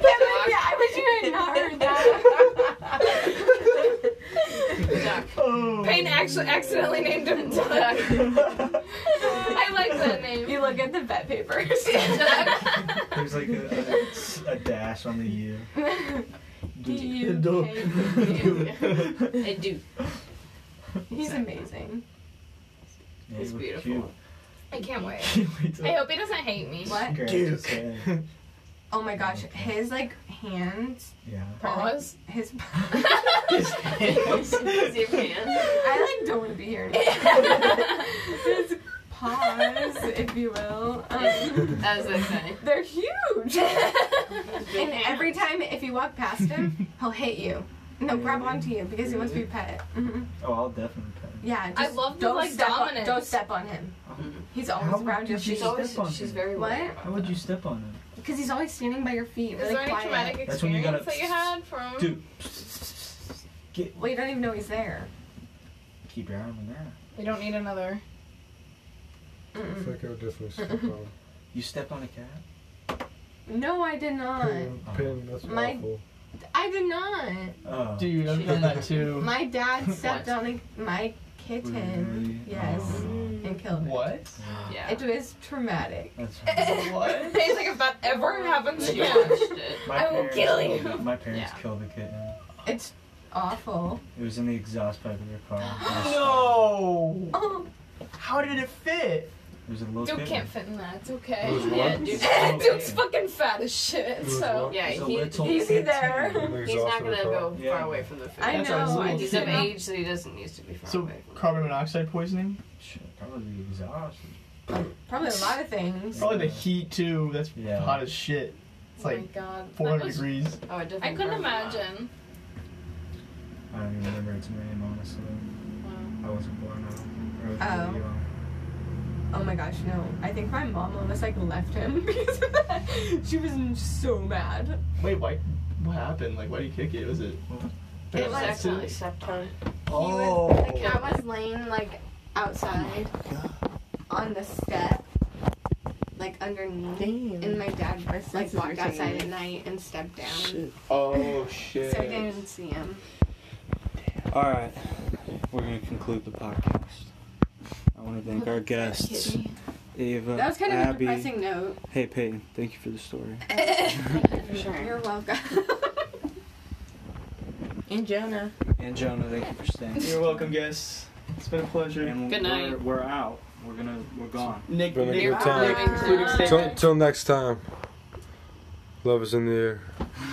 [SPEAKER 6] can't believe it. I wish you had not heard that.
[SPEAKER 3] Oh.
[SPEAKER 5] Payne actually accidentally named him Duck. I like that name.
[SPEAKER 6] you look at the vet papers.
[SPEAKER 3] <laughs> <laughs> There's like a, a, a dash on the U.
[SPEAKER 10] <laughs>
[SPEAKER 3] <laughs>
[SPEAKER 2] oh. <laughs>
[SPEAKER 6] D-U-K.
[SPEAKER 2] And Duke.
[SPEAKER 6] He's amazing.
[SPEAKER 3] Yeah,
[SPEAKER 2] He's
[SPEAKER 3] you look
[SPEAKER 2] beautiful.
[SPEAKER 3] cute.
[SPEAKER 5] I can't wait.
[SPEAKER 3] Can't wait
[SPEAKER 2] oh.
[SPEAKER 3] till-
[SPEAKER 5] I hope he doesn't hate me.
[SPEAKER 6] What?
[SPEAKER 3] Great, just saying.
[SPEAKER 6] Oh my gosh, his like hands,
[SPEAKER 3] Yeah.
[SPEAKER 5] <laughs> Pause.
[SPEAKER 6] his.
[SPEAKER 2] Is your man?
[SPEAKER 6] I like don't want to be here. anymore. his paws, if you will. Um,
[SPEAKER 2] As they say.
[SPEAKER 6] they're huge. <laughs> and every time if you walk past <laughs> him, he'll hit you. And he'll grab onto you because he wants to be pet. hmm
[SPEAKER 3] <laughs> Oh, I'll definitely pet him.
[SPEAKER 6] Yeah, just
[SPEAKER 5] I love the,
[SPEAKER 6] don't
[SPEAKER 5] like,
[SPEAKER 6] step on,
[SPEAKER 5] dominance.
[SPEAKER 6] Don't step on him. He's
[SPEAKER 3] How
[SPEAKER 6] always
[SPEAKER 3] would
[SPEAKER 6] around
[SPEAKER 3] you
[SPEAKER 6] your
[SPEAKER 3] choose
[SPEAKER 6] feet.
[SPEAKER 2] She's always,
[SPEAKER 3] Step on
[SPEAKER 2] she's
[SPEAKER 3] him.
[SPEAKER 2] very
[SPEAKER 6] What?
[SPEAKER 2] worried about
[SPEAKER 3] How would
[SPEAKER 2] that.
[SPEAKER 3] you step on him?
[SPEAKER 6] Because he's always standing by your feet,
[SPEAKER 5] Is
[SPEAKER 6] really
[SPEAKER 5] there any
[SPEAKER 6] quiet.
[SPEAKER 5] traumatic
[SPEAKER 3] That's when you
[SPEAKER 5] experience
[SPEAKER 3] gotta-
[SPEAKER 5] that you had from?
[SPEAKER 3] Dude,
[SPEAKER 6] Well, you don't even know he's there.
[SPEAKER 3] keep your arm in there.
[SPEAKER 5] We don't need another.
[SPEAKER 9] I feel
[SPEAKER 6] Mm-mm.
[SPEAKER 9] like I would definitely step on.
[SPEAKER 3] You step on a cat?
[SPEAKER 6] No, I did not.
[SPEAKER 9] Pin, pin, that's
[SPEAKER 6] My-
[SPEAKER 9] awful.
[SPEAKER 6] I did not.
[SPEAKER 3] Oh.
[SPEAKER 10] Dude, I've done that too.
[SPEAKER 5] <laughs>
[SPEAKER 6] My dad stepped
[SPEAKER 2] What?
[SPEAKER 6] on a, my kitten.
[SPEAKER 3] Really?
[SPEAKER 6] Yes.
[SPEAKER 3] Oh.
[SPEAKER 6] And killed it.
[SPEAKER 10] What?
[SPEAKER 2] Yeah.
[SPEAKER 6] It was traumatic.
[SPEAKER 3] That's
[SPEAKER 6] <laughs>
[SPEAKER 3] fine.
[SPEAKER 10] What?
[SPEAKER 5] He's like if that ever happens
[SPEAKER 2] She
[SPEAKER 5] again.
[SPEAKER 2] watched it.
[SPEAKER 3] <laughs> My
[SPEAKER 5] I will
[SPEAKER 3] parents
[SPEAKER 5] kill
[SPEAKER 3] killed
[SPEAKER 5] you.
[SPEAKER 3] it. My parents
[SPEAKER 2] Yeah.
[SPEAKER 3] killed the kitten.
[SPEAKER 6] It's
[SPEAKER 5] <laughs>
[SPEAKER 6] awful.
[SPEAKER 3] It was in the exhaust pipe of their car.
[SPEAKER 10] No.
[SPEAKER 6] Oh,
[SPEAKER 10] How did it fit?
[SPEAKER 3] It was a little
[SPEAKER 5] Duke
[SPEAKER 3] kitten.
[SPEAKER 5] can't fit in that. It's okay.
[SPEAKER 9] It was
[SPEAKER 2] Yeah,
[SPEAKER 9] one.
[SPEAKER 2] Duke.
[SPEAKER 3] Okay.
[SPEAKER 5] Duke's fucking fat as shit.
[SPEAKER 9] was
[SPEAKER 5] So
[SPEAKER 9] what?
[SPEAKER 2] Yeah,
[SPEAKER 3] It's a
[SPEAKER 2] he,
[SPEAKER 3] little
[SPEAKER 2] he's,
[SPEAKER 6] easy there.
[SPEAKER 9] In the
[SPEAKER 2] he's
[SPEAKER 9] exhaust
[SPEAKER 2] not
[SPEAKER 9] of the
[SPEAKER 2] gonna
[SPEAKER 9] car.
[SPEAKER 2] go
[SPEAKER 3] Yeah.
[SPEAKER 2] far away from the food.
[SPEAKER 6] I
[SPEAKER 10] That's our
[SPEAKER 6] know. I
[SPEAKER 10] little
[SPEAKER 2] He's
[SPEAKER 6] did
[SPEAKER 2] of
[SPEAKER 10] kitten.
[SPEAKER 6] not.
[SPEAKER 2] age, so he doesn't need to be far
[SPEAKER 4] So
[SPEAKER 2] away. From
[SPEAKER 4] carbon monoxide poisoning.
[SPEAKER 3] Shit, probably the exhaust.
[SPEAKER 6] Probably a lot of things.
[SPEAKER 4] Probably the heat too. That's
[SPEAKER 3] Yeah.
[SPEAKER 4] hot as shit. It's
[SPEAKER 5] Oh my
[SPEAKER 4] like
[SPEAKER 5] god.
[SPEAKER 4] 400
[SPEAKER 5] I, was-
[SPEAKER 4] degrees.
[SPEAKER 2] Oh, it
[SPEAKER 5] I
[SPEAKER 2] definitely
[SPEAKER 5] couldn't
[SPEAKER 2] burned him up.
[SPEAKER 5] imagine.
[SPEAKER 3] I
[SPEAKER 5] I don't even remember its name, honestly. I wasn't born out. Or was
[SPEAKER 6] Oh.
[SPEAKER 5] really young.
[SPEAKER 6] Oh my gosh, no. I think my mom almost like left him <laughs> because of that. She was so mad.
[SPEAKER 4] Wait, why? What happened? Like, why did you kick it? Was it?
[SPEAKER 6] It
[SPEAKER 4] An
[SPEAKER 6] was
[SPEAKER 4] accident?
[SPEAKER 6] accidentally
[SPEAKER 2] stepped on.
[SPEAKER 4] Oh.
[SPEAKER 6] The cat was laying like outside on the step, like underneath. And my dad like
[SPEAKER 2] That's
[SPEAKER 6] walked
[SPEAKER 2] irritating.
[SPEAKER 6] outside at night and stepped down.
[SPEAKER 3] Oh
[SPEAKER 6] So
[SPEAKER 3] shit.
[SPEAKER 6] I didn't see him.
[SPEAKER 3] All right, we're gonna conclude the podcast. I want to thank our guests, Ava,
[SPEAKER 6] That was kind of
[SPEAKER 3] Abby.
[SPEAKER 6] a depressing note.
[SPEAKER 3] Hey Peyton, thank you for the story.
[SPEAKER 6] You're welcome. <laughs>
[SPEAKER 2] And Jonah.
[SPEAKER 3] And Jonah, thank you for staying.
[SPEAKER 4] You're welcome, guests. It's been a pleasure.
[SPEAKER 3] And
[SPEAKER 2] Good night.
[SPEAKER 3] We're, we're out. We're gonna. We're gone.
[SPEAKER 4] Nick,
[SPEAKER 9] Been a
[SPEAKER 4] Nick,
[SPEAKER 9] good time.
[SPEAKER 4] Nick, concluding
[SPEAKER 9] Till,
[SPEAKER 4] statement.
[SPEAKER 9] till next time. Love is in the air.